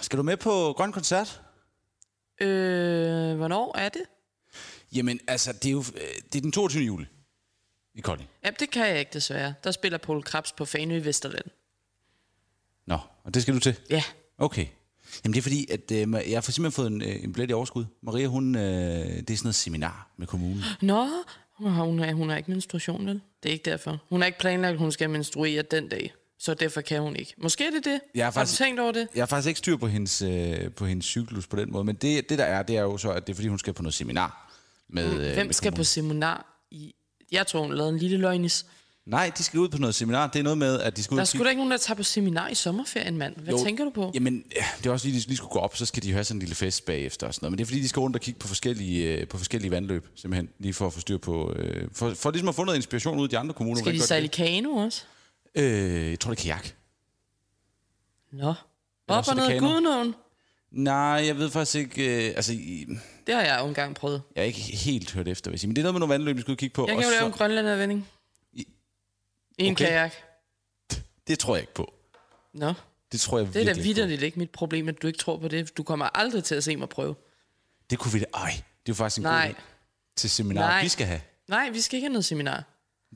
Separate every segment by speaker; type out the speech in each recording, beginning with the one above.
Speaker 1: Skal du med på Grøn Koncert?
Speaker 2: Øh, hvornår er det?
Speaker 1: Jamen, altså, det er jo øh, det er den 22. juli i Kolding.
Speaker 2: Jamen, det kan jeg ikke desværre. Der spiller Paul Krabs på Fanø i Vesterland.
Speaker 1: Nå, og det skal du til?
Speaker 2: Ja.
Speaker 1: Okay. Jamen, det er fordi, at øh, ma- jeg har simpelthen fået en, øh, en billet i overskud. Maria, hun, øh, det er sådan noget seminar med kommunen.
Speaker 2: Nå, hun har, hun har, hun har ikke menstruation, vel? Det er ikke derfor. Hun har ikke planlagt, at hun skal menstruere den dag. Så derfor kan hun ikke. Måske er det det.
Speaker 1: Jeg har faktisk-
Speaker 2: Har du tænkt over det?
Speaker 1: Jeg har faktisk ikke styr på hendes, øh, på hendes cyklus på den måde, men det, det der er, det er jo så, at det er fordi, hun skal på noget seminar. Med, øh,
Speaker 2: Hvem
Speaker 1: med
Speaker 2: skal på
Speaker 1: kommunen.
Speaker 2: seminar i... Jeg tror, hun lavede en lille løgnis.
Speaker 1: Nej, de skal ud på noget seminar. Det er noget med, at de skal ud
Speaker 2: Der er
Speaker 1: og
Speaker 2: sgu
Speaker 1: kigge-
Speaker 2: da ikke nogen, der tager på seminar i sommerferien, mand. Hvad
Speaker 1: Jo,
Speaker 2: tænker du på?
Speaker 1: Jamen, ja, det er også lige, de lige skulle gå op, så skal de have sådan en lille fest bagefter og sådan noget. Men det er fordi, de skal rundt og kigge på forskellige, øh, på forskellige vandløb, simpelthen. Lige for at få styr på... Øh, for, for ligesom at få noget inspiration ud af de andre kommuner.
Speaker 2: Skal de
Speaker 1: hvordan
Speaker 2: sejle i
Speaker 1: gør
Speaker 2: kano også?
Speaker 1: det? Øh, jeg tror, det er kajak.
Speaker 2: Nå. Op
Speaker 1: også er
Speaker 2: og
Speaker 1: det
Speaker 2: ned
Speaker 1: kano.
Speaker 2: Gudenåen.
Speaker 1: Nej, jeg ved faktisk ikke... Øh, altså, i-
Speaker 2: Det har jeg jo engang prøvet.
Speaker 1: jeg har ikke helt hørt efter, vil jeg sige. Men det er noget med nogle vandløb, vi skal ud og kigge på.
Speaker 2: Jeg
Speaker 1: og
Speaker 2: kan jo lave en
Speaker 1: så,
Speaker 2: grønlandervending.
Speaker 1: I-
Speaker 2: I en
Speaker 1: Okay.
Speaker 2: okay. kajak.
Speaker 1: det tror jeg ikke på.
Speaker 2: Nå,
Speaker 1: Det tror jeg
Speaker 2: det er da
Speaker 1: virkelig ikke på.
Speaker 2: vidderligt ikke mit problem, at du ikke tror på det. Du kommer aldrig til at se mig prøve.
Speaker 1: Det kunne vi da... Øj, det er jo faktisk en
Speaker 2: Nej.
Speaker 1: god idé til seminaret,
Speaker 2: Nej.
Speaker 1: vi skal have.
Speaker 2: Nej, vi skal ikke have noget seminar.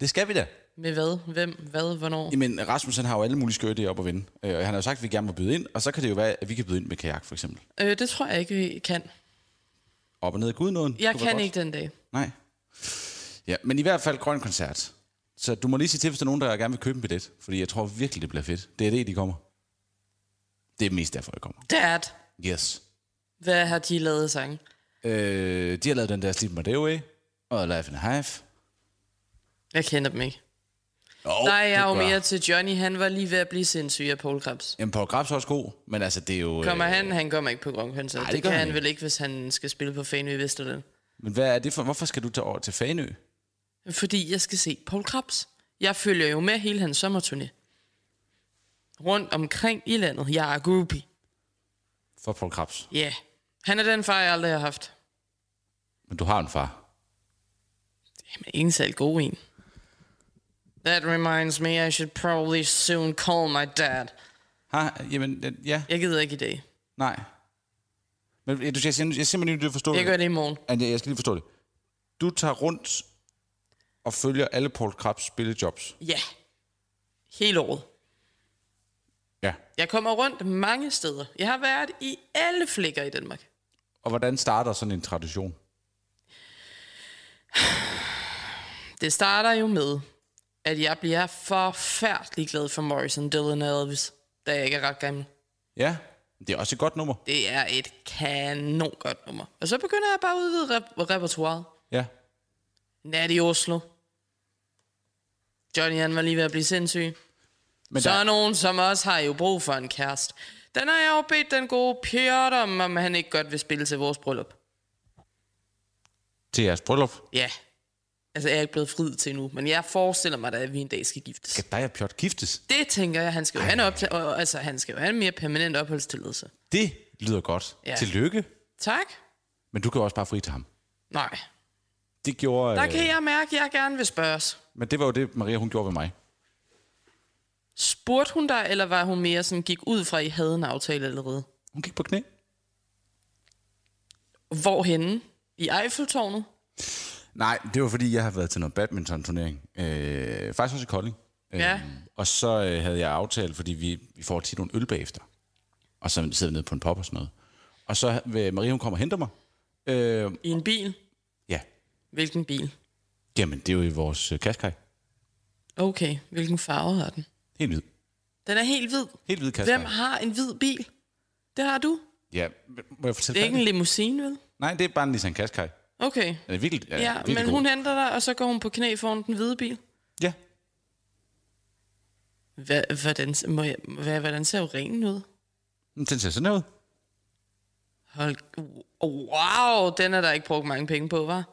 Speaker 1: Det skal vi da.
Speaker 2: Med hvad, hvem, hvad, hvornår.
Speaker 1: Jamen, Rasmus han har jo alle mulige skøre idéer op at vinde. Øh, og han har jo sagt, at vi gerne må byde ind, og så kan det jo være, at vi kan byde ind med kajak, for eksempel.
Speaker 2: Øh, det tror jeg ikke, vi kan.
Speaker 1: Op og ned af Gudenåen.
Speaker 2: Jeg
Speaker 1: kunne være
Speaker 2: kan
Speaker 1: godt.
Speaker 2: ikke den dag.
Speaker 1: Nej. Ja, men i hvert fald grøn koncert. Så du må lige sige til, hvis der er nogen, der gerne vil købe en billet. Fordi jeg tror virkelig, det bliver fedt. Det er det, de kommer. Det er mest derfor, jeg kommer.
Speaker 2: Dad,
Speaker 1: Yes.
Speaker 2: hvad har de lavet af sange?
Speaker 1: Øh, de har lavet den der Sleep My Day Away, og Life in a Hive.
Speaker 2: Jeg kender dem ikke.
Speaker 1: Oh,
Speaker 2: Oh, der er jeg jo mere til Johnny. Han var lige ved at blive sindssyg af Paul Krabs.
Speaker 1: Jamen, Paul Grabs er også god, men altså, det er jo...
Speaker 2: Kommer han? Han kommer ikke på Grøn Koncert.
Speaker 1: nej, det
Speaker 2: Det, det
Speaker 1: gør
Speaker 2: kan
Speaker 1: han
Speaker 2: han
Speaker 1: ikke.
Speaker 2: vel ikke, hvis han skal spille på Fanø i Vesterland.
Speaker 1: Men hvad er det for... Hvorfor skal du tage over til Fanø?
Speaker 2: Fordi jeg skal se Paul Krabs. Jeg følger jo med hele hans sommerturné. Rundt omkring i landet. Jeg er groupie.
Speaker 1: For Paul Grabs.
Speaker 2: Ja. Yeah. Han er den far, jeg aldrig har haft.
Speaker 1: Men du har en far.
Speaker 2: Jamen, ingen særlig god en. That reminds me, I should probably soon call my dad.
Speaker 1: Ha, jamen, øh, ja,
Speaker 2: Jeg gider ikke i dag.
Speaker 1: nej. Men øh, du, jeg, jeg, jeg er simpelthen nødt til at forstå
Speaker 2: Jeg
Speaker 1: det.
Speaker 2: gør det i morgen.
Speaker 1: Anja, jeg skal lige forstå det. Du tager rundt og følger alle Paul Krabs spillejobs.
Speaker 2: Ja. Hele året.
Speaker 1: Ja.
Speaker 2: Jeg kommer rundt mange steder. Jeg har været i alle flækker i Danmark.
Speaker 1: Og hvordan starter sådan en tradition?
Speaker 2: Det starter jo med, at jeg bliver forfærdelig glad for Morrison, Dylan og Elvis, da jeg ikke er ret gammel.
Speaker 1: Ja, det er også et godt nummer.
Speaker 2: Det er et kanon godt nummer. Og så begynder jeg bare at udvide rep- repertoiret.
Speaker 1: Ja.
Speaker 2: Nat i Oslo. Johnny han var lige ved at blive sindssyg.
Speaker 1: Men
Speaker 2: Så er
Speaker 1: der,
Speaker 2: nogen, som også har jo brug for en kæreste. Den har jeg jo bedt den gode Pjot om, om han ikke godt vil spille til vores bryllup.
Speaker 1: til jeres bryllup.
Speaker 2: Ja. Altså, jeg er ikke blevet frid til nu, men jeg forestiller mig da, at vi en dag skal giftes.
Speaker 1: Skal dig og Pjot giftes?
Speaker 2: Det tænker jeg, han skal jo have en, opta- og- altså, han skal jo have en mere permanent opholdstilladelse.
Speaker 1: Det lyder godt. Ja.
Speaker 2: Ja.
Speaker 1: Tillykke.
Speaker 2: Tak?
Speaker 1: Men du kan jo også bare fri til ham.
Speaker 2: Nej.
Speaker 1: Det gjorde...
Speaker 2: Der
Speaker 1: øh,
Speaker 2: kan jeg mærke, at jeg gerne vil spørges.
Speaker 1: Men det var jo det, Maria hun gjorde ved mig.
Speaker 2: Spurgte hun dig, eller var hun mere sådan, gik ud fra, at I havde en aftale allerede?
Speaker 1: Hun gik på knæ.
Speaker 2: Hvorhenne? I Eiffeltårnet?
Speaker 1: Nej, det var fordi, jeg har været til noget badminton-turnering. Øh, faktisk også i Kolding.
Speaker 2: Ja.
Speaker 1: Og så øh, havde jeg aftalt, fordi vi, vi får tit nogle øl bagefter. Og så sidder vi nede på en pop og sådan noget. Og så vil Marie, hun kommer og henter mig. Øh,
Speaker 2: I en bil?
Speaker 1: ja,
Speaker 2: Hvilken bil?
Speaker 1: jamen det er jo i vores øh, kaskaj.
Speaker 2: Okay, hvilken farve har den?
Speaker 1: Helt hvid.
Speaker 2: Den er helt hvid.
Speaker 1: Helt hvid kaskaj.
Speaker 2: Hvem har en hvid bil? Det har du.
Speaker 1: Ja, må jeg fortælle
Speaker 2: Det er ikke
Speaker 1: færdigt?
Speaker 2: en limousine, vel?
Speaker 1: Nej, det er bare en Nissan Qashqai. Den
Speaker 2: Okay.
Speaker 1: er virkelig, ja,
Speaker 2: Ja,
Speaker 1: virkelig
Speaker 2: men
Speaker 1: god.
Speaker 2: hun henter dig, og så går hun på knæ foran den hvide bil.
Speaker 1: Ja,
Speaker 2: Hva, hvordan, må jeg, hva, hvordan ser urinen ud?
Speaker 1: men den ser sådan her ud.
Speaker 2: Hold, wow, den er der ikke brugt mange penge på, var.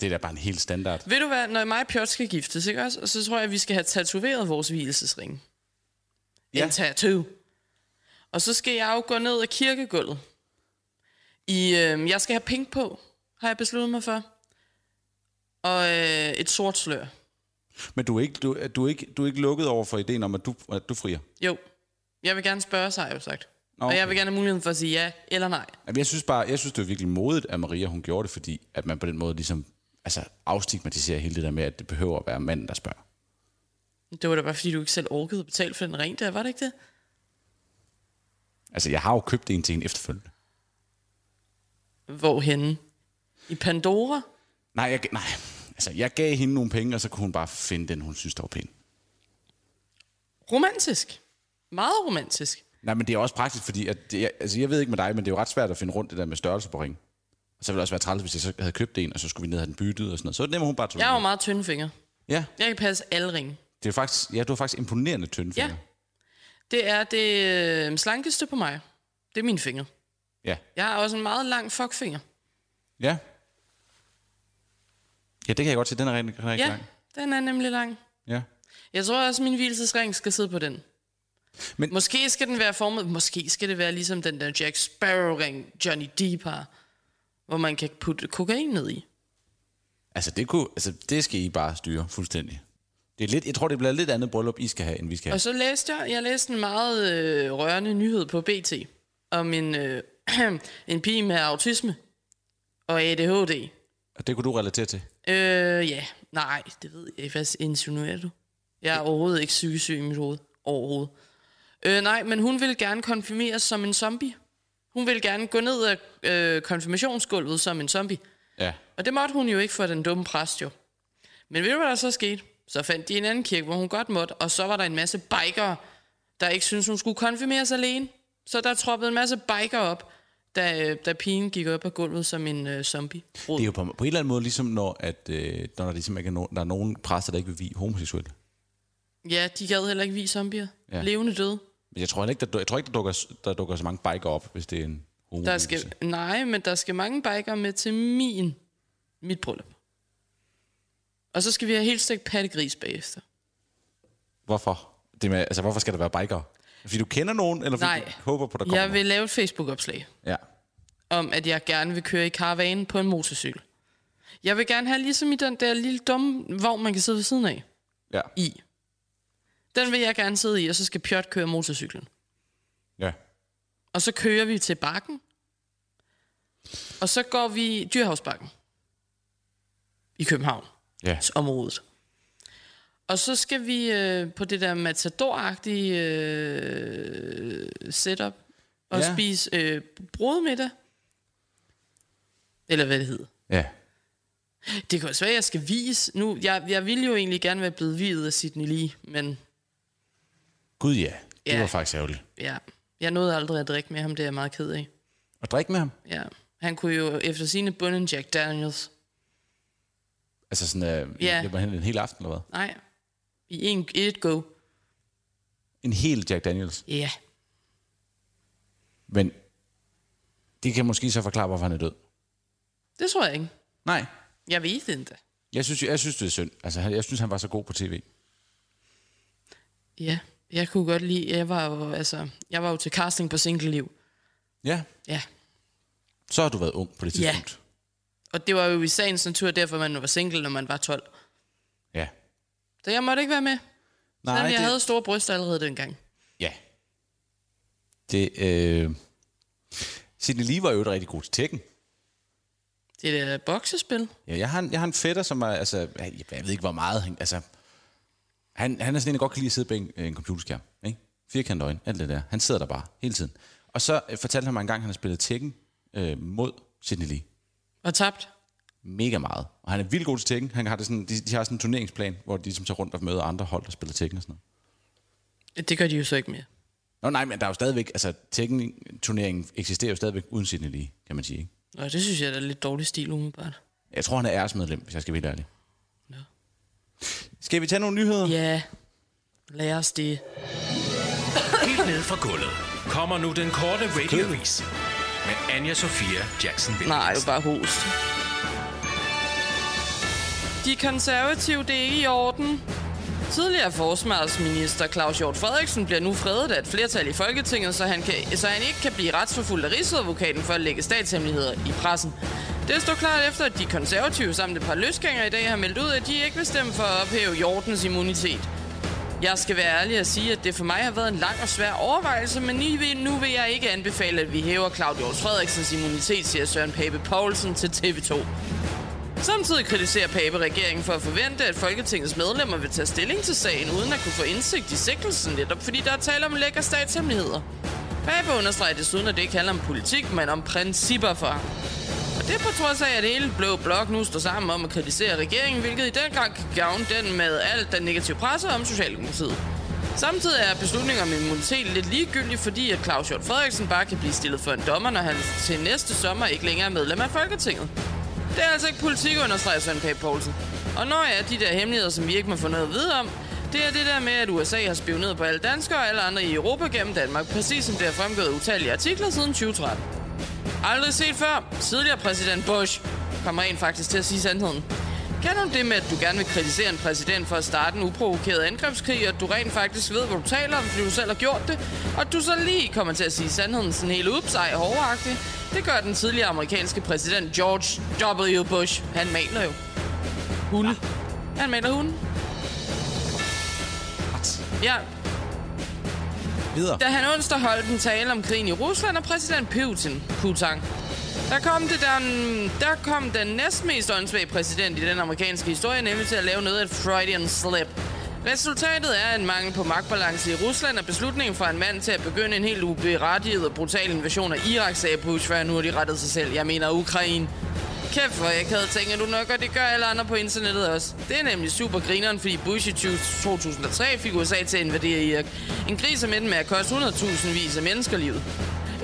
Speaker 1: Det er da bare en helt standard.
Speaker 2: Ved du hvad, når mig og Pjot skal giftes, ikke også? Og så tror jeg, at vi skal have tatoveret vores hvilesesring. Ja.
Speaker 1: Ja.
Speaker 2: En tattoo. Og så skal jeg jo gå ned ad kirkegulvet. I, øh, jeg skal have pink på, har jeg besluttet mig for. Og øh, et sort slør.
Speaker 1: Men du er, ikke, du, du, er ikke, du er ikke lukket over for ideen om, at du, at du frier.
Speaker 2: Jo. Jeg vil gerne spørge sig, har jeg jo sagt.
Speaker 1: Nå,
Speaker 2: Og jeg vil gerne have muligheden for at sige ja eller nej.
Speaker 1: Jamen, jeg synes bare, jeg synes, det er virkelig modigt, at Maria hun gjorde det, fordi at man på den måde ligesom altså, afstigmatiserer hele det der med, at det behøver at være manden, der spørger.
Speaker 2: Det var da bare, fordi du ikke selv orkede at betale for den ring der, var det ikke det?
Speaker 1: Altså, jeg har jo købt en til en efterfølgende.
Speaker 2: Hvorhenne? I Pandora?
Speaker 1: Nej, jeg, nej. Altså, jeg gav hende nogle penge, og så kunne hun bare finde den, hun synes, der var pæn.
Speaker 2: Romantisk. Meget romantisk.
Speaker 1: Nej, men det er også praktisk, fordi at det, jeg, altså, jeg ved ikke med dig, men det er jo ret svært at finde rundt det der med størrelse på ring. Og så ville det også være træls, hvis jeg så havde købt en, og så skulle vi ned og have den byttet og sådan noget. Så var det nemmere, hun bare tog
Speaker 2: Jeg har
Speaker 1: den.
Speaker 2: jo meget tynde fingre.
Speaker 1: Ja,
Speaker 2: Jeg kan passe alle ringe.
Speaker 1: det er faktisk, ja, du har faktisk imponerende tynde
Speaker 2: Ja.
Speaker 1: fingre.
Speaker 2: Det er det øh, slankeste på mig. Det er mine fingre.
Speaker 1: Ja.
Speaker 2: Jeg har også en meget lang fuckfinger.
Speaker 1: Ja. Ja, det kan jeg godt se. Den er rigtig, rigtig
Speaker 2: Ja,
Speaker 1: lang.
Speaker 2: den er nemlig lang.
Speaker 1: Ja.
Speaker 2: Jeg tror også, at min hvilesesring skal sidde på den.
Speaker 1: Men-
Speaker 2: Men... Måske skal den være formet... Måske skal det være ligesom den der Jack Sparrow-ring, Johnny Depp har, hvor man kan putte kokain ned i.
Speaker 1: Altså det, kunne, altså, det skal I bare styre fuldstændig. Det er lidt, jeg tror, det bliver lidt andet bryllup, I skal have, end vi skal have.
Speaker 2: Og så læste jeg, jeg læste en meget øh, rørende nyhed på BT om en, øh, en pige med autisme og ADHD.
Speaker 1: Og det kunne du relatere til.
Speaker 2: Øh, ja, nej, det ved jeg ikke. Hvad insinuerer du? Jeg er overhovedet ikke sygesyg i mit hoved. Overhovedet. Øh, nej, men hun vil gerne konfirmeres som en zombie. Hun vil gerne gå ned ad øh, konfirmationsgulvet som en zombie.
Speaker 1: Ja.
Speaker 2: Og det måtte hun jo ikke for den dumme præst jo. Men ved du, hvad der så skete? Så fandt de en anden kirke, hvor hun godt måtte, og så var der en masse bikere, der ikke syntes, hun skulle konfirmeres alene. Så der troppede en masse bikere op, da, øh, da pigen gik op ad gulvet som en øh, zombie.
Speaker 1: Det er jo på, på en eller anden måde ligesom, når, at, øh, når der, ligesom ikke er no, der er nogen præster, der ikke vil vige homoseksuelle.
Speaker 2: Ja, de gad heller ikke vise zombier.
Speaker 1: Ja.
Speaker 2: Ja. Levende døde.
Speaker 1: Men jeg tror ikke, der, jeg tror ikke, der dukker, s- der dukker så mange biker op, hvis det er en homo.
Speaker 2: Der skal, nej, men der skal mange biker med til min, mit bryllup. Og så skal vi have helt stegt pattegris bagefter.
Speaker 1: Hvorfor? Det med, altså, hvorfor skal der være biker? Fordi du kender nogen, eller fordi
Speaker 2: Nej.
Speaker 1: du håber på, der kommer
Speaker 2: Jeg vil lave et Facebook-opslag
Speaker 1: nogen? Ja.
Speaker 2: om, at jeg gerne vil køre i karavanen på en motorcykel. Jeg vil gerne have ligesom i den der lille dumme vogn, man kan sidde ved siden af
Speaker 1: Ja.
Speaker 2: i. Den vil jeg gerne sidde i, og så skal Pjot køre motorcyklen.
Speaker 1: ja.
Speaker 2: Og så kører vi til bakken. Og så går vi i Dyrhavsbakken. I København. Altså
Speaker 1: Ja.
Speaker 2: området. Og så skal vi øh, på det der matador-agtige øh, setup og
Speaker 1: Ja.
Speaker 2: ja. spise øh, brødmiddag. Eller hvad det hedder.
Speaker 1: Ja.
Speaker 2: Det kan også være, at jeg skal vise. Nu, jeg, jeg ville jo egentlig gerne være blevet viet af Sydney Lee, men
Speaker 1: Gud ja. Det
Speaker 2: Ja.
Speaker 1: var faktisk ærgerligt.
Speaker 2: ja, jeg nåede aldrig at drikke med ham, det er jeg meget ked af.
Speaker 1: Og drikke med ham?
Speaker 2: Ja. Han kunne jo efter sine bunde en Jack Daniels.
Speaker 1: Altså sådan, øh,
Speaker 2: Ja.
Speaker 1: ja. løber hen en hel aften, eller hvad?
Speaker 2: Nej, i en, et go.
Speaker 1: En hel Jack Daniels.
Speaker 2: Ja,
Speaker 1: Men det kan måske så forklare, hvorfor han er død.
Speaker 2: det tror jeg ikke.
Speaker 1: Nej.
Speaker 2: Jeg ved det endda.
Speaker 1: Jeg synes, jeg synes det er synd. Altså, han- jeg synes, han var så god på tv.
Speaker 2: Ja, jeg kunne godt lide, jeg var jo, altså, jeg var jo til casting på Single Liv.
Speaker 1: Ja.
Speaker 2: Ja.
Speaker 1: Så har du været ung på det
Speaker 2: Ja.
Speaker 1: tidspunkt.
Speaker 2: Og det var jo i sagens natur derfor, man var single, når man var 12.
Speaker 1: Ja. ja.
Speaker 2: Så jeg måtte ikke være med. Nej, Selvom jeg det... havde store bryster allerede dengang.
Speaker 1: Ja. Det, øh... Sidney Lee var jo et rigtig god til tækken.
Speaker 2: Det der boksespil.
Speaker 1: Ja, jeg har, en, jeg har en fætter, som er, altså, jeg, jeg ved ikke, hvor meget han, altså, han, han er sådan en, der godt kan lide at sidde bag en, en computerskærm, ikke? Firkant øjne, alt det der. Han sidder der bare, hele tiden. Og så øh, fortalte han mig engang, at han har spillet Tekken øh, mod Sidney Lee.
Speaker 2: Og tabt.
Speaker 1: Mega meget. Og han er vildt god til Tekken. Han har det sådan, de, de, har sådan en turneringsplan, hvor de ligesom tager rundt og møder andre hold, der spiller Tekken og sådan noget.
Speaker 2: Det gør de jo så ikke mere.
Speaker 1: Nå nej, men der er jo stadigvæk, altså Tekken-turneringen eksisterer jo stadigvæk uden Sidney Lee, kan man sige, ikke?
Speaker 2: Og det synes jeg da er lidt dårlig stil umiddelbart.
Speaker 1: Jeg tror, han er æresmedlem, hvis jeg skal være helt ærlig.
Speaker 2: Nå.
Speaker 1: Skal vi tage nogle nyheder?
Speaker 2: Ja, lad os det.
Speaker 3: Helt ned fra gulvet kommer nu den korte radiovis med Anja Sofia Jackson Vinds.
Speaker 2: Nej, det er bare host. De konservative, det er ikke i orden. Tidligere forsvarsminister Claus Hjort Frederiksen bliver nu fredet af et flertal i Folketinget, så han, kan, så han ikke kan blive retsforfulgt af Rigsadvokaten for at lægge statshemmeligheder i pressen. Det står klart efter, at de konservative samt et par løsgængere i dag har meldt ud, at de ikke vil stemme for at ophæve Hjortens immunitet. Jeg skal være ærlig og sige, at det for mig har været en lang og svær overvejelse, men nu vil, nu vil jeg ikke anbefale, at vi hæver Claudius Frederiksens immunitet, siger Søren Pape Poulsen til TV2. Samtidig kritiserer Pape regeringen for at forvente, at Folketingets medlemmer vil tage stilling til sagen, uden at kunne få indsigt i sikkelsen netop, fordi der er tale om lækker statshemmeligheder. Pape understreger desuden, at det ikke handler om politik, men om principper for ham. Og det på trods af, at hele Blå Blok nu står sammen om at kritisere regeringen, hvilket i den gang kan gavne den med alt den negative presse om Socialdemokratiet. Samtidig er beslutningen om immunitet lidt ligegyldig, fordi at Claus Hjort Frederiksen bare kan blive stillet for en dommer, når han til næste sommer ikke længere er medlem af Folketinget. Det er altså ikke politik, understreger Søren Pape Poulsen. Og når jeg de der hemmeligheder, som vi ikke må få noget at vide om, det er det der med, at USA har spioneret på alle danskere og alle andre i Europa gennem Danmark, præcis som det har fremgået i utallige artikler siden 2013. Aldrig set før. Tidligere præsident Bush kom rent faktisk til at sige sandheden. Kan om det med, at du gerne vil kritisere en præsident for at starte en uprovokeret angrebskrig, og at du rent faktisk ved, hvor du taler om, fordi du selv har gjort det, og at du så lige kommer til at sige sandheden sådan helt ups, ej, hårdagtigt, det gør den tidligere amerikanske præsident George W. Bush. Han maler jo. Hunde. Han maler hunde. Ja,
Speaker 1: Videre.
Speaker 2: da han onsdag holdt en tale om krigen i Rusland og præsident Putin, Putin. Der kom, det den, der kom den næstmest åndssvage præsident i den amerikanske historie, nemlig til at lave noget af et Freudian slip. Resultatet er en mangel på magtbalance i Rusland, og beslutningen fra en mand til at begynde en helt uberettiget og brutal invasion af Irak, sagde Bush, før han hurtigt rettede sig selv. Jeg mener Ukraine. Kæft, hvor jeg havde tænkt, at du nok, og det gør alle andre på internettet også. Det er nemlig super grineren, fordi Bush i 20- 2003 fik USA til at invadere Irak. En krig, som endte med at koste 100.000 vis af menneskerlivet.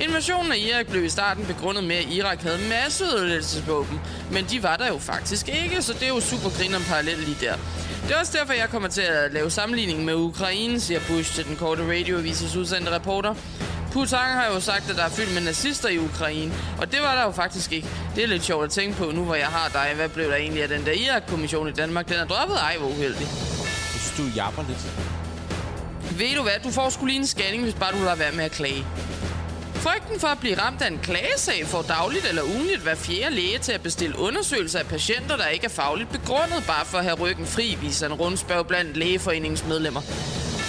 Speaker 2: Invasionen af Irak blev i starten begrundet med, at Irak havde masseødelæggelsesvåben, men de var der jo faktisk ikke, så det er jo super grineren parallel lige der. Det er også derfor, jeg kommer til at lave sammenligning med Ukraine, siger Bush til den korte radioavises udsendte reporter. Putin har jo sagt, at der er fyldt med nazister i Ukraine, og det var der jo faktisk ikke. Det er lidt sjovt at tænke på nu, hvor jeg har dig. Hvad blev der egentlig af den der Irak-kommission i Danmark? Den er droppet. Ej, hvor uheldig.
Speaker 1: Jeg synes, du japper lidt.
Speaker 2: Ved du hvad, du får sgu lige en scanning, hvis bare du lader være med at klage. Frygten for at blive ramt af en klagesag får dagligt eller ugenligt hver fjerde læge til at bestille undersøgelser af patienter, der ikke er fagligt begrundet, bare for at have ryggen fri, viser en rundspørg blandt lægeforeningens medlemmer.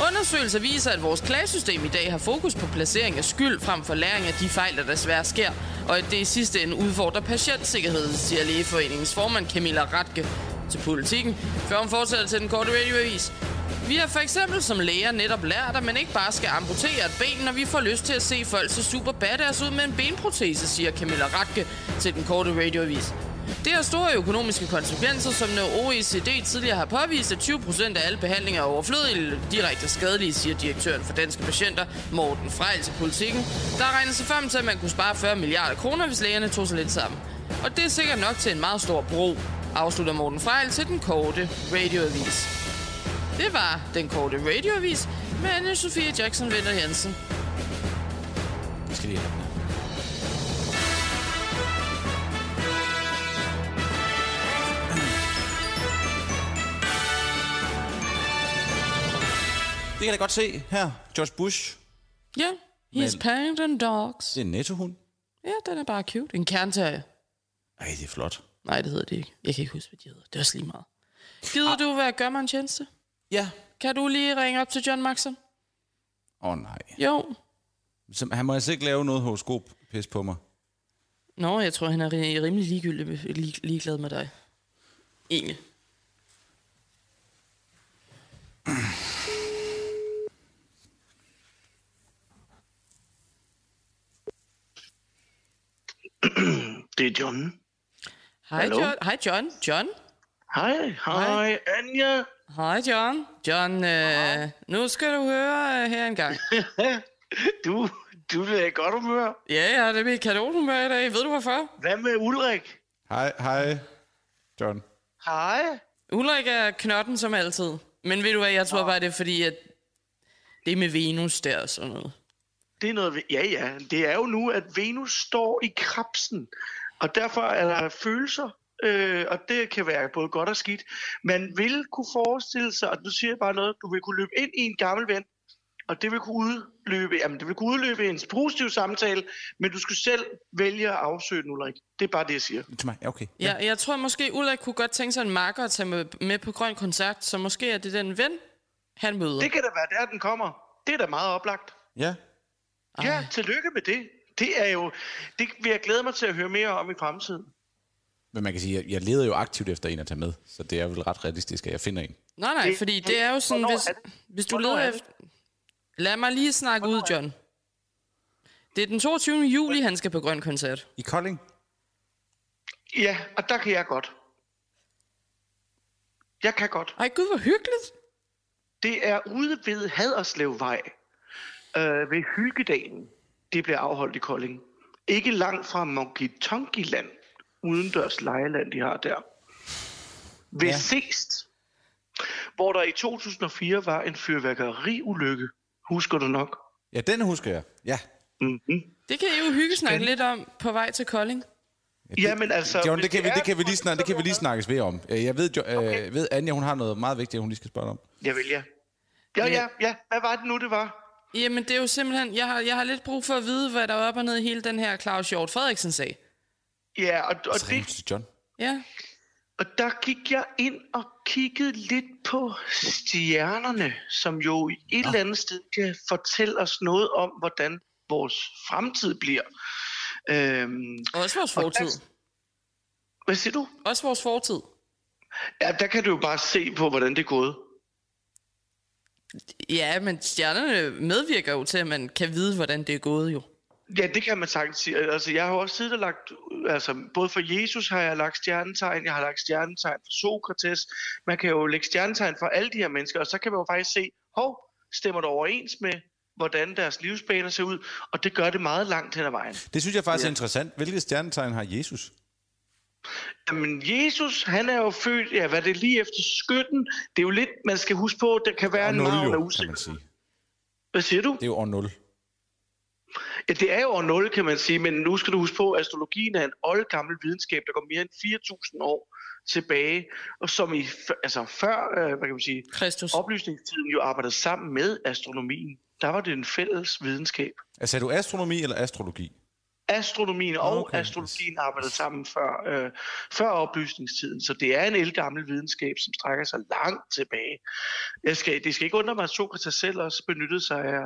Speaker 2: Undersøgelser viser, at vores klagesystem i dag har fokus på placering af skyld frem for læring af de fejl, der desværre sker, og at det i sidste ende udfordrer patientsikkerheden, siger lægeforeningens formand Camilla Ratke til politikken, før hun fortsætter til den korte radioavis. Vi har for eksempel som læger netop lært, at man ikke bare skal amputere et ben, når vi får lyst til at se folk se super badass ud med en benprotese, siger Camilla Ratke til den korte radioavis. Det har store økonomiske konsekvenser, som når OECD tidligere har påvist, at 20% af alle behandlinger er overflødige eller direkte skadelige, siger direktøren for Danske Patienter, Morten Frejl til politikken. Der regner sig frem til, at man kunne spare 40 milliarder kroner, hvis lægerne tog sig lidt sammen. Og det er sikkert nok til en meget stor bro, afslutter Morten Frejl til den korte radioavis. Det var den korte radioavis med Anne Sofie Jackson Vinter Jensen.
Speaker 1: Jeg skal lige have den her. Det kan jeg da godt se her. George Bush.
Speaker 2: Ja, yeah, he's
Speaker 1: Men-
Speaker 2: paying them dogs.
Speaker 1: Det er en nettohund.
Speaker 2: Ja, den er bare cute. En kernterrier.
Speaker 1: Ej, det er flot.
Speaker 2: Nej, det hedder det ikke. Jeg kan ikke huske, hvad de hedder. Det er også lige meget. Gider du være gøre mig en tjeneste?
Speaker 1: Ja.
Speaker 2: Kan du lige ringe op til John Maxon?
Speaker 1: Åh oh, nej.
Speaker 2: Jo.
Speaker 1: Så, han må altså ikke lave noget horoskop pis på mig.
Speaker 2: Nå, jeg tror, han er ri- rimelig ligegyldig, lig, ligeglad med dig. Egentlig.
Speaker 4: Det er John.
Speaker 2: Hej,
Speaker 4: Hallo?
Speaker 2: John. Hej, John. John?
Speaker 4: Hej, hej, Anja.
Speaker 2: Hej, John. John, øh, nu skal du høre øh, her en gang.
Speaker 4: Du, du er i godt humør.
Speaker 2: Ja, jeg har det med kanonhumør i dag. Ved du hvorfor?
Speaker 4: Hvad med Ulrik?
Speaker 1: Hej, hej, John.
Speaker 4: Hej.
Speaker 2: Ulrik er knotten som altid. Men ved du hvad, jeg tror bare, det er fordi, at det er med Venus der og sådan noget.
Speaker 4: Det er noget, ja ja, det er jo nu, at Venus står i krabsen, og derfor er der følelser, øh, og det kan være både godt og skidt. Man vil kunne forestille sig, og nu siger jeg bare noget, du vil kunne løbe ind i en gammel ven, og det vil kunne udløbe, jamen det vil kunne udløbe en positiv samtale, men du skal selv vælge at afsøge den, Ulrik. Det er bare det, jeg siger.
Speaker 1: Til mig, ja, okay.
Speaker 2: Ja. Jeg, jeg tror måske, Ulrik kunne godt tænke sig en marker at tage med, med på grøn koncert, så måske er det den ven, Han møder.
Speaker 4: Det kan da være der, den kommer. Det er da meget oplagt.
Speaker 1: Ja.
Speaker 4: Ej. Ja, tillykke med det. Det er jo, det vil jeg glæde mig til at høre mere om i fremtiden.
Speaker 1: Men man kan sige, at jeg leder jo aktivt efter en at tage med, så det er vel ret realistisk, at jeg finder en.
Speaker 2: Nej, nej,
Speaker 4: Det-
Speaker 2: fordi det er jo sådan,
Speaker 4: Hvornår
Speaker 2: hvis,
Speaker 4: er det?
Speaker 2: hvis du
Speaker 4: Hvornår
Speaker 2: leder
Speaker 4: er det?
Speaker 2: efter... Lad mig lige snakke ud, John. Det er den 22. juli, han skal på Grøn Koncert.
Speaker 1: I Kolding?
Speaker 4: Ja, og der kan jeg godt. Jeg kan godt.
Speaker 2: Ej gud, hvor hyggeligt.
Speaker 4: Det er ude ved Haderslevvej øh, ved Hyggedalen. Det bliver afholdt i Kolding. Ikke langt fra Monkey Tonky Land, udendørs lejeland, de har der. Ved ja. Seest, hvor der i 2004 var en fyrværkeriulykke. Husker du nok?
Speaker 1: Ja, den husker jeg. Ja.
Speaker 2: Det kan I jo hygge snakke lidt om på vej til Kolding.
Speaker 4: Jamen altså...
Speaker 1: John,
Speaker 4: hvis
Speaker 1: det kan, vi,
Speaker 4: er
Speaker 1: det kan vi
Speaker 4: for-
Speaker 1: lige, snak, det kan vi lige snakkes ved om. Øh, Jeg ved, jo, øh, ved Anja, hun har noget meget vigtigt, hun lige skal spørge dig om.
Speaker 4: Jeg vil, ja. Ja, ja, ja. Hvad var det nu, det var?
Speaker 2: Jamen, det er jo simpelthen... Jeg har, jeg har lidt brug for at vide, hvad der er op og ned i hele den her Claus Hjort Frederiksen-sag.
Speaker 4: Ja, og, og
Speaker 1: Så
Speaker 4: det
Speaker 1: ring til John.
Speaker 2: Ja.
Speaker 4: Og der gik jeg ind og kiggede lidt på stjernerne, som jo i et eller andet sted kan fortælle os noget om, hvordan vores fremtid bliver. Øhm,
Speaker 2: Også vores
Speaker 4: Og
Speaker 2: fortid.
Speaker 4: hvad siger du?
Speaker 2: Også vores fortid.
Speaker 4: Ja, der kan du jo bare se på, hvordan det er gået.
Speaker 2: Ja, men stjernerne medvirker jo til, at man kan vide, hvordan det er gået jo.
Speaker 4: Ja, det kan man sagtens sige. Altså, jeg har jo også siddet og lagt, altså, både for Jesus har jeg lagt stjernetegn, jeg har lagt stjernetegn for Sokrates. Man kan jo lægge stjernetegn for alle de her mennesker, og så kan man jo faktisk se, hov, stemmer det overens med, hvordan deres livsbaner ser ud, og det gør det meget langt hen ad vejen.
Speaker 1: Det synes jeg faktisk ja. er interessant. Hvilket stjernetegn har Jesus?
Speaker 4: Jamen, Jesus, han er jo født, ja, hvad det er lige efter skytten. Det er jo lidt, man skal huske på, der kan være
Speaker 1: Og
Speaker 4: en
Speaker 1: nul
Speaker 4: margen af
Speaker 1: jo, kan man
Speaker 4: usikkerhed.
Speaker 1: sige.
Speaker 4: Hvad siger du?
Speaker 1: Det er jo år 0.
Speaker 4: Ja, det er jo år 0, kan man sige, men nu skal du huske på, at astrologien er en oldgammel videnskab, der går mere end 4.000 år tilbage, og som i, f- altså før, øh, hvad kan man sige,
Speaker 2: Kristus.
Speaker 4: oplysningstiden jo arbejdede sammen med astronomien. Der var det en fælles videnskab.
Speaker 1: Altså, er du astronomi eller astrologi?
Speaker 4: Astronomien og
Speaker 1: Okay,
Speaker 4: okay,
Speaker 1: yes.
Speaker 4: astrologien arbejdede sammen før, øh, før oplysningstiden, så det er en elgammel videnskab, som strækker sig langt tilbage. Jeg skal, det skal ikke undre mig, at Sokrates selv også benyttede sig af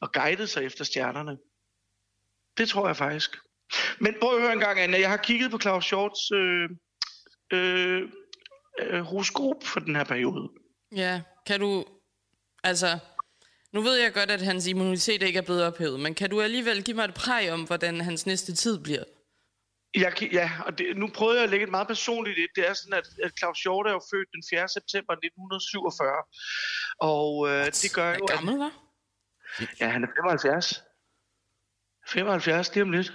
Speaker 4: og guidede sig efter stjernerne. Det tror jeg faktisk. Men prøv at høre en gang, Anna. Jeg har kigget på Claus Shorts øh, øh, øh, horoskop for den her periode.
Speaker 2: Ja, kan du... Altså, nu ved jeg godt, at hans immunitet ikke er blevet ophævet, men kan du alligevel give mig et præg om, hvordan hans næste tid bliver?
Speaker 4: Jeg, kan- ja, og det, nu prøvede jeg at lægge et meget personligt i det. Det er sådan, at, at Claus Hjort er jo født den 4. september 1947. Og øh, det gør jo,
Speaker 2: Er
Speaker 4: at,
Speaker 2: gammel, hva'?
Speaker 4: ja, han er 75. 75, det er om lidt.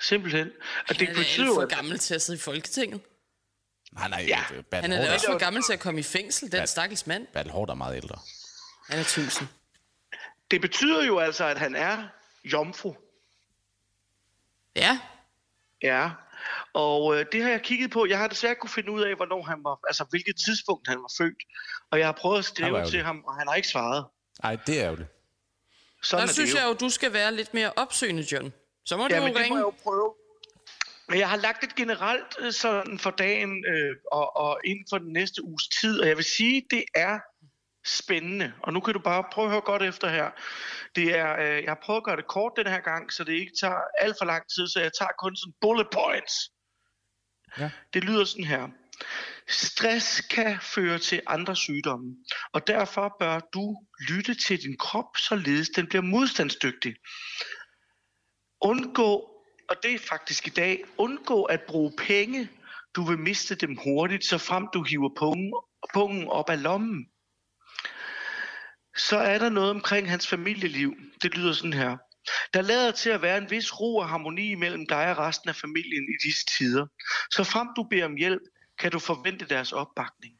Speaker 4: Simpelthen. Og det
Speaker 2: Han er
Speaker 4: betyder
Speaker 2: alt
Speaker 4: jo,
Speaker 2: for
Speaker 4: at
Speaker 2: gammel til at sidde i Folketinget.
Speaker 1: Nej, nej.
Speaker 4: Ja.
Speaker 1: øh, Bertel
Speaker 2: Han er da
Speaker 1: Haarder-
Speaker 2: også for gammel til at komme i fængsel, den stakkels mand.
Speaker 1: Bertel Hård er meget ældre.
Speaker 2: Han er tusind.
Speaker 4: det betyder jo altså, at han er jomfru.
Speaker 2: Ja,
Speaker 4: Ja, og øh, det har jeg kigget på. Jeg har desværre ikke kunne finde ud af, hvornår han var, altså hvilket tidspunkt han var født. Og jeg har prøvet at
Speaker 1: Han var
Speaker 4: skrive til
Speaker 1: ærgerlig.
Speaker 4: ham, og han har ikke svaret.
Speaker 1: Nej, det er ærgerligt.
Speaker 4: Sådan
Speaker 2: der
Speaker 4: er
Speaker 2: synes
Speaker 4: det jo.
Speaker 2: jeg jo, du skal være lidt mere opsøgende, John. Så må
Speaker 4: Ja,
Speaker 2: du
Speaker 4: men
Speaker 2: jo
Speaker 4: det må
Speaker 2: ringe.
Speaker 4: jeg jo prøve. Men jeg har lagt et generelt øh, sådan for dagen øh, og, og inden for den næste uges tid, og jeg vil sige, det er spændende. Og nu kan du bare prøve at høre godt efter her. Det er, øh, jeg har prøvet at gøre det kort den her gang, så det ikke tager alt for lang tid, så jeg tager kun sådan bullet points.
Speaker 1: Ja.
Speaker 4: Det lyder sådan her. Stress kan føre til andre sygdomme, og derfor bør du lytte til din krop, således den bliver modstandsdygtig undgå, og det er faktisk i dag, undgå at bruge penge. Du vil miste dem hurtigt, så frem du hiver pungen, pungen op af lommen. Så er der noget omkring hans familieliv. Det lyder sådan her. Der lader til at være en vis ro og harmoni mellem dig og resten af familien i disse tider. Så frem du beder om hjælp, kan du forvente deres opbakning.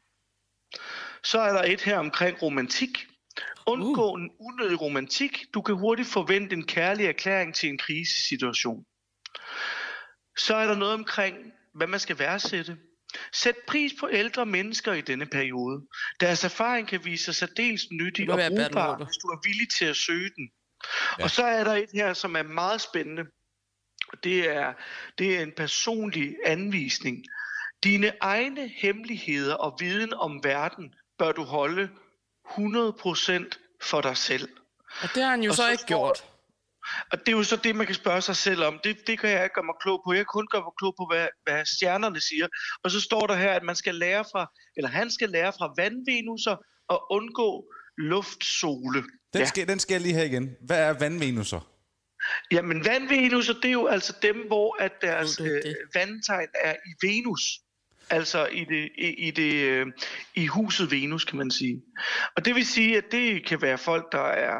Speaker 4: Så er der et her omkring romantik. Undgå
Speaker 2: Uh.
Speaker 4: en unødig romantik. Du kan hurtigt forvente en kærlig erklæring til en krisesituation. Så er der noget omkring, hvad man skal værdsætte. Sæt pris på ældre mennesker i denne periode. Deres erfaring kan vise sig særdeles nyttig
Speaker 2: må
Speaker 4: og
Speaker 2: være Bertel
Speaker 4: brugbar,
Speaker 2: Haarder.
Speaker 4: hvis du er villig til at søge den. Ja. Og så er der et her, som er meget spændende. Det er, det er en personlig anvisning. Dine egne hemmeligheder og viden om verden bør du holde 100% for dig selv.
Speaker 2: Og det har han jo
Speaker 4: Og
Speaker 2: så,
Speaker 4: så
Speaker 2: ikke
Speaker 4: får-
Speaker 2: gjort.
Speaker 4: Og det er jo så det, man kan spørge sig selv om. Det, det kan jeg ikke gøre mig klog på. Jeg kan kun gøre mig klog på, hvad, hvad stjernerne siger. Og så står der her, at man skal lære fra, eller han skal lære fra vandvenuser og undgå luftsole.
Speaker 1: Den, ja. skal, den skal jeg lige have igen. Hvad er vandvenuser?
Speaker 4: Jamen vandvenuser, det er jo altså dem, hvor at deres
Speaker 2: Ved du
Speaker 4: øh,
Speaker 2: det?
Speaker 4: vandtegn er i Venus. Altså i, det, i, i, det, øh, i huset Venus, kan man sige. Og det vil sige, at det kan være folk, der er...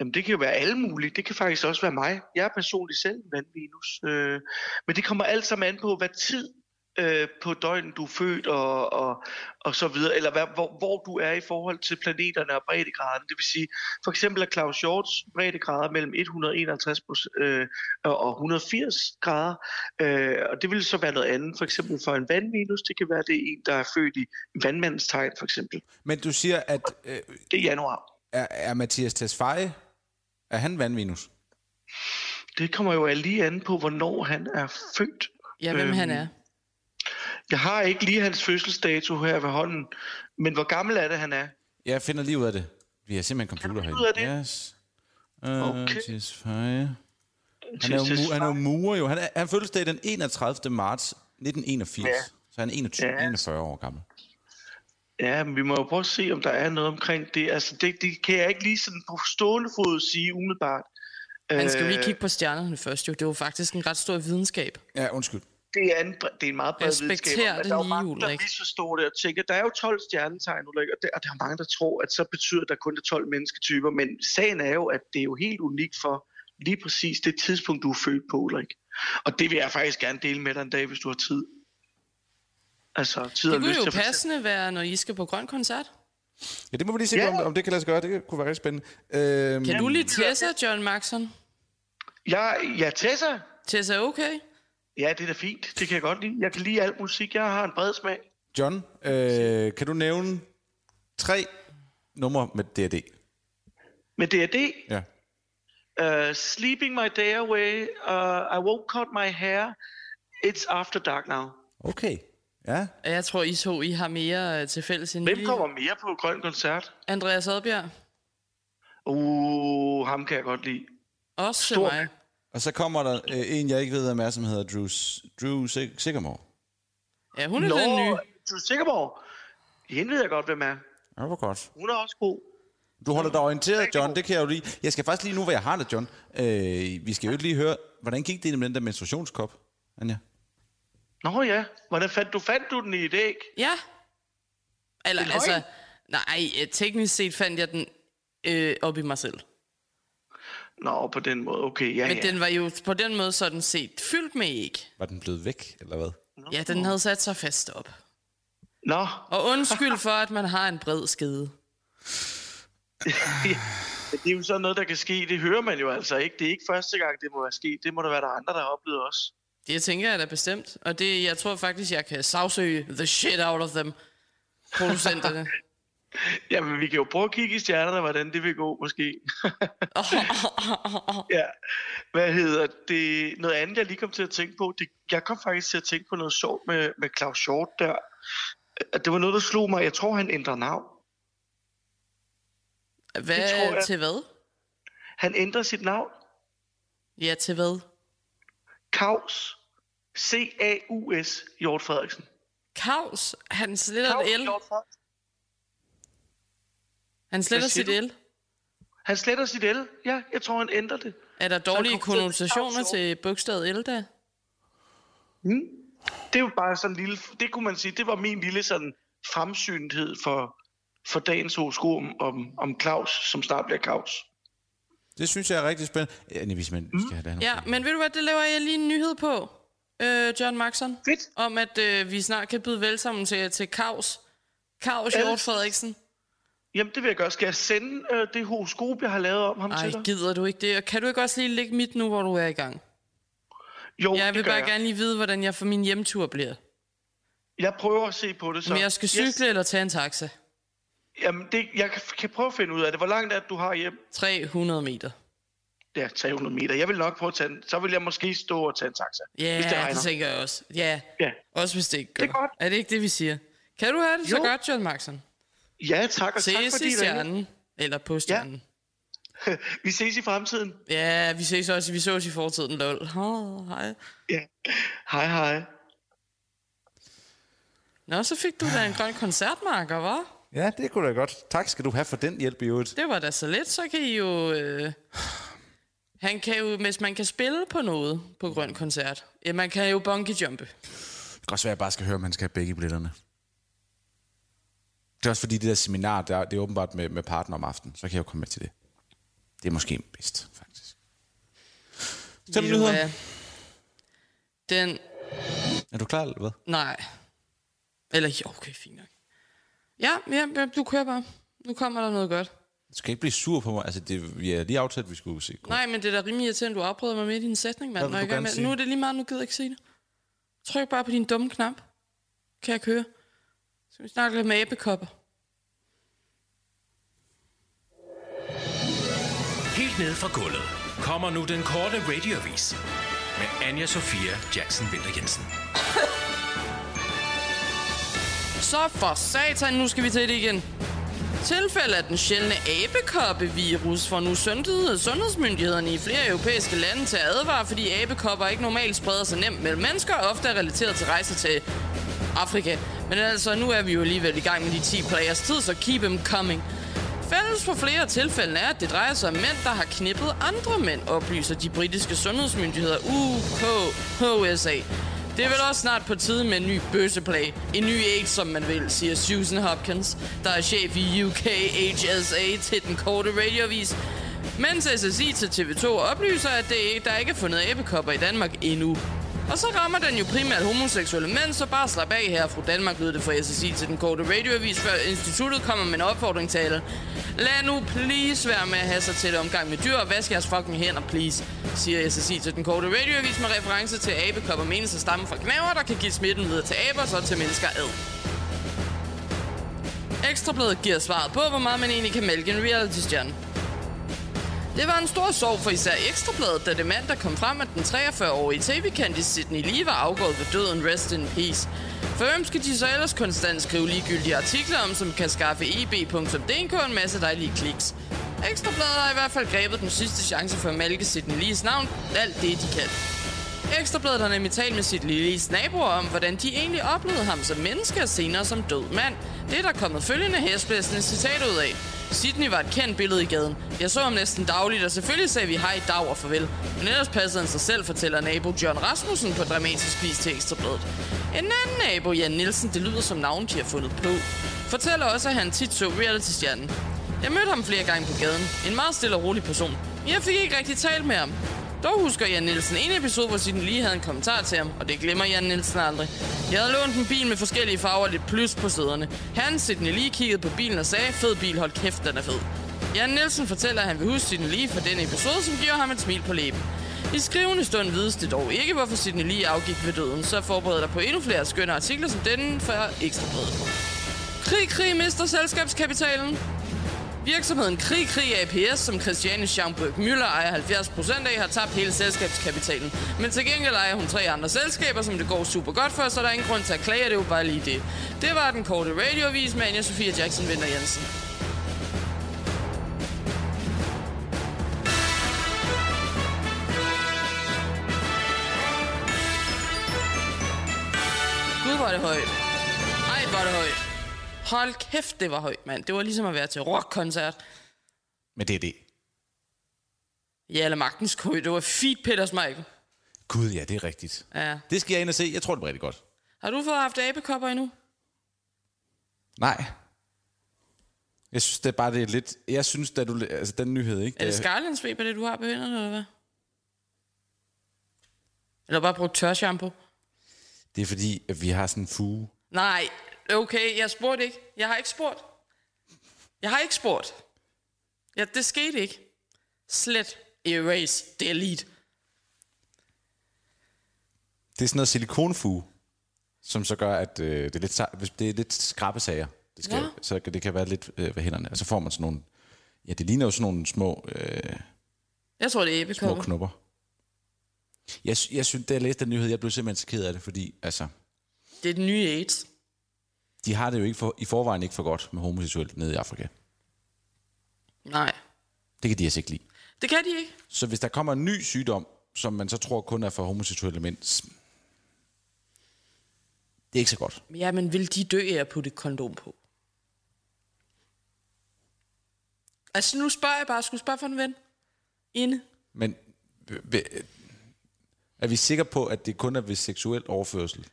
Speaker 4: Jamen, det kan jo være alle mulige. Det kan faktisk også være mig. Jeg er personligt selv en vandvenus. Øh, men det kommer alt sammen an på, hvad tid øh, på døgnet du er født og, og, og så videre, eller hvad, hvor, hvor du er i forhold til planeterne og breddegraden. Det vil sige, for eksempel er Claus Hjorts breddegrader mellem 151 proc- øh, og og 180 grader, øh, og det vil så være noget andet. For eksempel for en vandminus, det kan være det er en, der er født i vandmandens tegn, for eksempel.
Speaker 1: Men du siger, at øh,
Speaker 4: Det er januar.
Speaker 1: er, er Mathias Tesfaye, er han vandvenus?
Speaker 4: Det kommer jo lige an på, hvornår han er født.
Speaker 2: Ja, hvem
Speaker 4: Øhm,
Speaker 2: han er.
Speaker 4: Jeg har ikke lige hans fødselsdato her ved hånden, men hvor gammel er det, han er?
Speaker 1: Jeg finder lige ud af det. Vi har simpelthen computer
Speaker 4: Find
Speaker 1: herinde.
Speaker 4: ud af det.
Speaker 1: Yes. Øh,
Speaker 4: Okay.
Speaker 1: Tesfaye. Han er jo, mu- han er jo murer jo. Han, er, han føltes det den 31. marts 1981. Ja.
Speaker 4: Ja.
Speaker 1: Så han er 21,
Speaker 4: Ja.
Speaker 1: 41 år gammel.
Speaker 4: Ja, men vi må jo prøve at se, om der er noget omkring det. Altså, det, det kan jeg ikke lige sådan på stående fod sige umiddelbart.
Speaker 2: Han skal jo
Speaker 4: Øh,
Speaker 2: lige kigge på stjernerne først, jo. Det er jo faktisk en ret stor videnskab.
Speaker 1: Ja, undskyld.
Speaker 4: Det er en, bre- det er en meget bred
Speaker 2: Respekter
Speaker 4: videnskab, men
Speaker 2: det
Speaker 4: der er jo
Speaker 2: lige,
Speaker 4: mange, der
Speaker 2: Ulrik.
Speaker 4: misforstår det og tænker, der er jo 12 stjernetegn, Ulrik, og, der, og der er mange, der tror, at så betyder der kun er 12 mennesketyper, men sagen er jo, at det er jo helt unikt for lige præcis det tidspunkt, du er født på, Ulrik. Og det vil jeg faktisk gerne dele med dig en dag, hvis du har tid. Altså, tid
Speaker 2: Det
Speaker 4: og lyst
Speaker 2: kunne
Speaker 4: til
Speaker 2: jo
Speaker 4: at fortælle.
Speaker 2: passende være, når I skal på grøn koncert.
Speaker 1: Ja, det må vi lige se,
Speaker 4: Ja.
Speaker 1: om, om det kan lade sig gøre. Det kunne være rigtig spændende. Øhm,
Speaker 2: Kan du lige Tessa, John Maxon?
Speaker 4: Jeg, ja, Tessa,
Speaker 2: Tessa er okay?
Speaker 4: ja, det er da fint. Det kan jeg godt lide. Jeg kan lide alt musik. Jeg har en bred smag.
Speaker 1: John, øh, kan du nævne tre numre med D&D?
Speaker 4: Men det er det.
Speaker 1: Ja.
Speaker 4: Uh, sleeping my day away. Uh, I won't cut my hair. It's after dark now.
Speaker 1: Okay. Ja.
Speaker 2: Og Jeg tror, I to I har mere øh, til fælles end
Speaker 4: Hvem
Speaker 2: lige.
Speaker 4: kommer mere på Grøn Koncert?
Speaker 2: Andreas Adbjerg.
Speaker 4: Uh, ham kan jeg godt lide.
Speaker 2: Også til
Speaker 4: Stor-
Speaker 2: mig.
Speaker 1: Og så kommer der øh, en, jeg ikke ved, hvem er, som hedder Drew, S- Drew Sig- Sigamore.
Speaker 2: Ja, hun er den nye.
Speaker 4: du er sikker på? Hende ved jeg godt, hvem er.
Speaker 1: Ja, det var godt.
Speaker 4: Hun er også god.
Speaker 1: Du holder dig orienteret, John. Det kan jeg jo lige. Jeg skal faktisk lige nu, hvor jeg har dig, John. Øh, vi skal jo ikke lige høre, hvordan gik det med den der menstruationskop, Anja?
Speaker 4: Nå ja, hvordan fandt du, fandt du den i et æg?
Speaker 2: Ja. Eller
Speaker 4: Det er løgn.
Speaker 2: altså... Nej, øh, teknisk set fandt jeg den øh, op i mig selv.
Speaker 4: Nå, på den måde, okay, ja,
Speaker 2: Men
Speaker 4: ja.
Speaker 2: den var jo på den måde sådan set fyldt med æg.
Speaker 1: Var den blevet væk, eller hvad?
Speaker 2: Ja, den havde sat sig fast op.
Speaker 4: Nå,
Speaker 2: Og undskyld for, at man har en bred skide.
Speaker 4: men det er jo sådan noget, der kan ske. Det hører man jo altså ikke. Det er ikke første gang, det må være sket. Det må der være, der er andre, der har oplevet også.
Speaker 2: Det tænker jeg da bestemt. Og det, jeg tror faktisk, jeg kan sagsøge the shit out of them. Producenterne.
Speaker 4: Jamen, vi kan jo prøve at kigge i stjernerne, hvordan det vil gå, måske. ja. Hvad hedder det? Noget andet, jeg lige kom til at tænke på, det, jeg kom faktisk til at tænke på noget sjovt med, med Claus Short der. At Det var noget, der slog mig. Jeg tror, han ændrer navn.
Speaker 2: Hvad,
Speaker 4: Det tror jeg.
Speaker 2: til hvad?
Speaker 4: Han ændrer sit navn.
Speaker 2: Ja, til hvad?
Speaker 4: Kaus. C-A-U-S. Hjort Frederiksen.
Speaker 2: Kaus, han sletter
Speaker 4: Claus
Speaker 2: et L.
Speaker 4: Hjort Frederiksen.
Speaker 2: Han sletter
Speaker 4: Hvad siger
Speaker 2: sit L.
Speaker 4: Han sletter sit L. Ja, jeg tror, han ændrer det.
Speaker 2: Er der dårlige
Speaker 4: kom til Claus
Speaker 2: konnotationer
Speaker 4: Hjort.
Speaker 2: til bogstavet L da?
Speaker 4: Det er jo bare sådan en lille... Det kunne man sige, det var min lille sådan fremsynthed for, for dagens horoskop om, om Claus, som snart bliver Claus.
Speaker 1: Det synes jeg er rigtig spændende. Ja, nej, vi simpelthen vi skal have det her.
Speaker 2: Ja, men ved du hvad, det laver jeg lige en nyhed på, øh, John Maxon.
Speaker 4: Fedt.
Speaker 2: Om at øh, vi snart kan byde velkommen til, til Kaus. Kaus Hjort Frederiksen.
Speaker 4: Jamen, det vil jeg gøre. Skal jeg sende øh, det horoskop, jeg har lavet om ham
Speaker 2: Ej,
Speaker 4: til dig?
Speaker 2: gider du ikke det? Og kan du ikke også lige lægge mit nu, hvor du er i gang?
Speaker 4: Jo,
Speaker 2: Jeg
Speaker 4: det
Speaker 2: vil
Speaker 4: gør
Speaker 2: bare
Speaker 4: jeg.
Speaker 2: gerne lige vide, hvordan jeg for min hjemtur bliver.
Speaker 4: Jeg prøver at se på det så.
Speaker 2: Om jeg skal cykle eller tage en taxa.
Speaker 4: Yes. Jamen, det, jeg kan, kan prøve at finde ud af det. Hvor langt er det, du har hjem?
Speaker 2: 300 meter.
Speaker 4: Ja, 300 meter. Jeg vil nok prøve at tage en, Så vil jeg måske stå og tage en taxa.
Speaker 2: Ja,
Speaker 4: hvis det
Speaker 2: det,
Speaker 4: regner.
Speaker 2: det tænker jeg også. Ja,
Speaker 4: Ja.
Speaker 2: også hvis det ikke gør.
Speaker 4: er godt.
Speaker 2: er det ikke det, vi siger? Kan du have det jo. så
Speaker 4: Jo.
Speaker 2: godt, John Maxon?
Speaker 4: Ja, tak, og
Speaker 2: Ses
Speaker 4: tak fordi
Speaker 2: i
Speaker 4: I ringede.
Speaker 2: stjernen. Eller på stjernen.
Speaker 4: Vi ses i fremtiden.
Speaker 2: Ja. ja, vi ses også. Vi sås i fortiden, lol. Oh, hej.
Speaker 4: Ja. Hej, hej.
Speaker 2: Nå, så fik du da en grøn koncertmarker, var?
Speaker 1: Ja, det kunne da godt. Tak skal du have for den hjælp i øvrigt.
Speaker 2: Det var da så lidt, så kan I jo... Øh... Han kan jo, hvis man kan spille på noget på grøn koncert, ja, man kan jo bungee jumpe.
Speaker 1: Det kan også være, at jeg bare skal høre, om han skal have begge billetterne. Det er også fordi, det der seminar, der, det er åbenbart med, med partner om aftenen. Så kan jeg jo komme med til det. Det er måske bedst, faktisk. Stem
Speaker 2: Ved du
Speaker 1: nyheder.
Speaker 2: hvad? Den...
Speaker 1: Er du klar, eller hvad?
Speaker 2: Nej. Eller jo, okay, fint nok. Ja, ja, ja, du kører bare. Nu kommer der noget godt.
Speaker 1: Du skal ikke blive sur på mig. Altså, det, vi har lige aftalt, at vi skulle se.
Speaker 2: Nej, men det er da rimelig irriterende, du afbryder mig midt i en sætning, mand.
Speaker 1: Hvad vil
Speaker 2: Når
Speaker 1: du
Speaker 2: jeg er i gang
Speaker 1: gerne
Speaker 2: med-
Speaker 1: sige?
Speaker 2: Nu er det lige meget, nu gider jeg ikke sige det. Tryk bare på din dumme knap. Kan jeg køre? Så skal vi snakke lidt med æbekopper.
Speaker 3: Helt ned fra gulvet kommer nu den korte radiovis med Anja Sofia Jackson Vinter Jensen.
Speaker 2: Så for satan, nu skal vi til det igen. Tilfælde af den sjældne abekoppevirus får nu sundhed- sundhedsmyndighederne i flere europæiske lande til at advare, fordi abekopper ikke normalt spreder sig nemt mellem mennesker, og ofte er relateret til rejser til Afrika. Men altså, nu er vi jo alligevel i gang med de 10 players tid, så keep them coming. Fælles for flere tilfælde er, at det drejer sig om mænd, der har knippet andre mænd, oplyser de britiske sundhedsmyndigheder UKHSA. Det er vel også snart på tide med en ny bøsseplag. En ny AIDS, som man vil, siger Susan Hopkins, der er chef i UKHSA til den korte radiovis. Mens SSI til TV2 oplyser, at det ikke, der ikke er fundet æbekopper i Danmark endnu. Og så rammer den jo primært homoseksuelle mænd, så bare slap af her, fru Danmark, lød det fra SSI til den korte radioavis, før instituttet kommer med en opfordring til alle. Lad nu please være med at have sig til omgang med dyr, og vask jeres fucking hænder, please, siger SSI til den korte radioavis med reference til at abekopper menes at stamme fra knaver, der kan give smitten videre til aber, så til mennesker ad. Ekstrabladet giver svaret på, hvor meget man egentlig kan mælke en reality-stjerne. Det var en stor sorg for især Ekstrabladet, da det mandag kom frem, at den 43-årige tv-kendis Sydney Lee var afgået ved døden Rest in Peace. For hvem skal de så ellers konstant skrive ligegyldige artikler om, som kan skaffe e eb.dk en masse dejlige kliks? Ekstrabladet har i hvert fald grebet den sidste chance for at malke Sydney Lees navn, alt det de kan. Ekstrabladet har nemlig talt med sit lille naboer om, hvordan de egentlig oplevede ham som menneske og senere som død mand. Det er der kommet følgende hæsblæsende citat ud af. Sydney var et kendt billede i gaden. Jeg så ham næsten dagligt, og selvfølgelig sagde vi hej, dag og farvel. Men ellers passede han sig selv, fortæller nabo John Rasmussen på dramatisk vis til Ekstrabladet. En anden nabo, Jan Nielsen, det lyder som navn, de har fundet på, fortæller også, at han tit så reality-stjernen. Jeg mødte ham flere gange på gaden. En meget stille og rolig person. Men jeg fik ikke rigtig talt med ham. Dog husker Jan Nielsen en episode, hvor Sidney lige havde en kommentar til ham, og det glemmer Jan Nielsen aldrig. Jeg havde lånt en bil med forskellige farver og lidt plus på sæderne. Han, Sidney lige kiggede på bilen og sagde, fed bil, hold kæft, den er fed. Jan Nielsen fortæller, at han vil huske Sidney lige for den episode, som giver ham et smil på læben. I skrivende stund vides det dog ikke, hvorfor Sidney lige afgik ved døden, så forbered dig på endnu flere skønne artikler som denne for ekstrabladet. Krig, krig mister selskabskapitalen. Virksomheden Krig Krig APS, som Christiane Schaumburg Müller ejer 70% af, har tabt hele selskabskapitalen. Men til gengæld ejer hun tre andre selskaber, som det går super godt for, så der er ingen grund til at klage, det er jo bare lige det. Det var den korte radiovis med Anja Sofia Jackson Vinter Jensen. Gud, hvor er det højt. Ej, hvor er det højt. Hold kæft, det var højt, mand. Det var ligesom at være til rockkoncert.
Speaker 1: Men det er det.
Speaker 2: Ja, eller Magtens Kø. Det var fedt, Peter Smeichel.
Speaker 1: Gud, ja, det er rigtigt.
Speaker 2: Ja.
Speaker 1: Det skal jeg ind og se. Jeg tror, det bliver rigtig godt.
Speaker 2: Har du fået haft abekopper endnu?
Speaker 1: Nej. Jeg synes, det er bare det er lidt... Jeg synes, da du... Altså, den nyhed, ikke?
Speaker 2: Er det
Speaker 1: Øh,
Speaker 2: skarlandsfeber, det du har på hænderne, eller hvad? Eller bare brugt tørshampoo?
Speaker 1: det er fordi, at vi har sådan en fuge.
Speaker 2: Nej, okay, jeg spurgte ikke. Jeg har ikke spurgt. Jeg har ikke spurgt. Ja, det skete ikke. Slet, erase, delete.
Speaker 1: Det er sådan noget silikonfuge, som så gør, at øh, det er lidt, sej- hvis det er lidt skrappe sager. Det skal,
Speaker 2: Nå.
Speaker 1: Så kan- det kan være lidt øh, ved hænderne. Og så får man sådan nogle... Ja, det ligner jo sådan nogle små, øh,
Speaker 2: Jeg tror, det er
Speaker 1: små
Speaker 2: æbekopper.
Speaker 1: knopper. Jeg, sy- jeg synes, da jeg læste den nyhed, jeg blev simpelthen så ked af det, fordi altså,
Speaker 2: Det er den nye AIDS.
Speaker 1: de har det jo ikke for, i forvejen ikke for godt med homoseksuelt nede i Afrika.
Speaker 2: Nej,
Speaker 1: Det kan de altså ikke lide.
Speaker 2: det kan de ikke.
Speaker 1: Så hvis der kommer en ny sygdom, som man så tror kun er for homoseksuelle mænd, s- det er ikke så godt.
Speaker 2: Ja, men vil de dø af at putte et kondom på? Altså, nu spørger jeg bare. Skulle jeg spørge for en ven? Inde?
Speaker 1: Men øh, øh, er vi sikre på, at det kun er ved seksuel overførsel?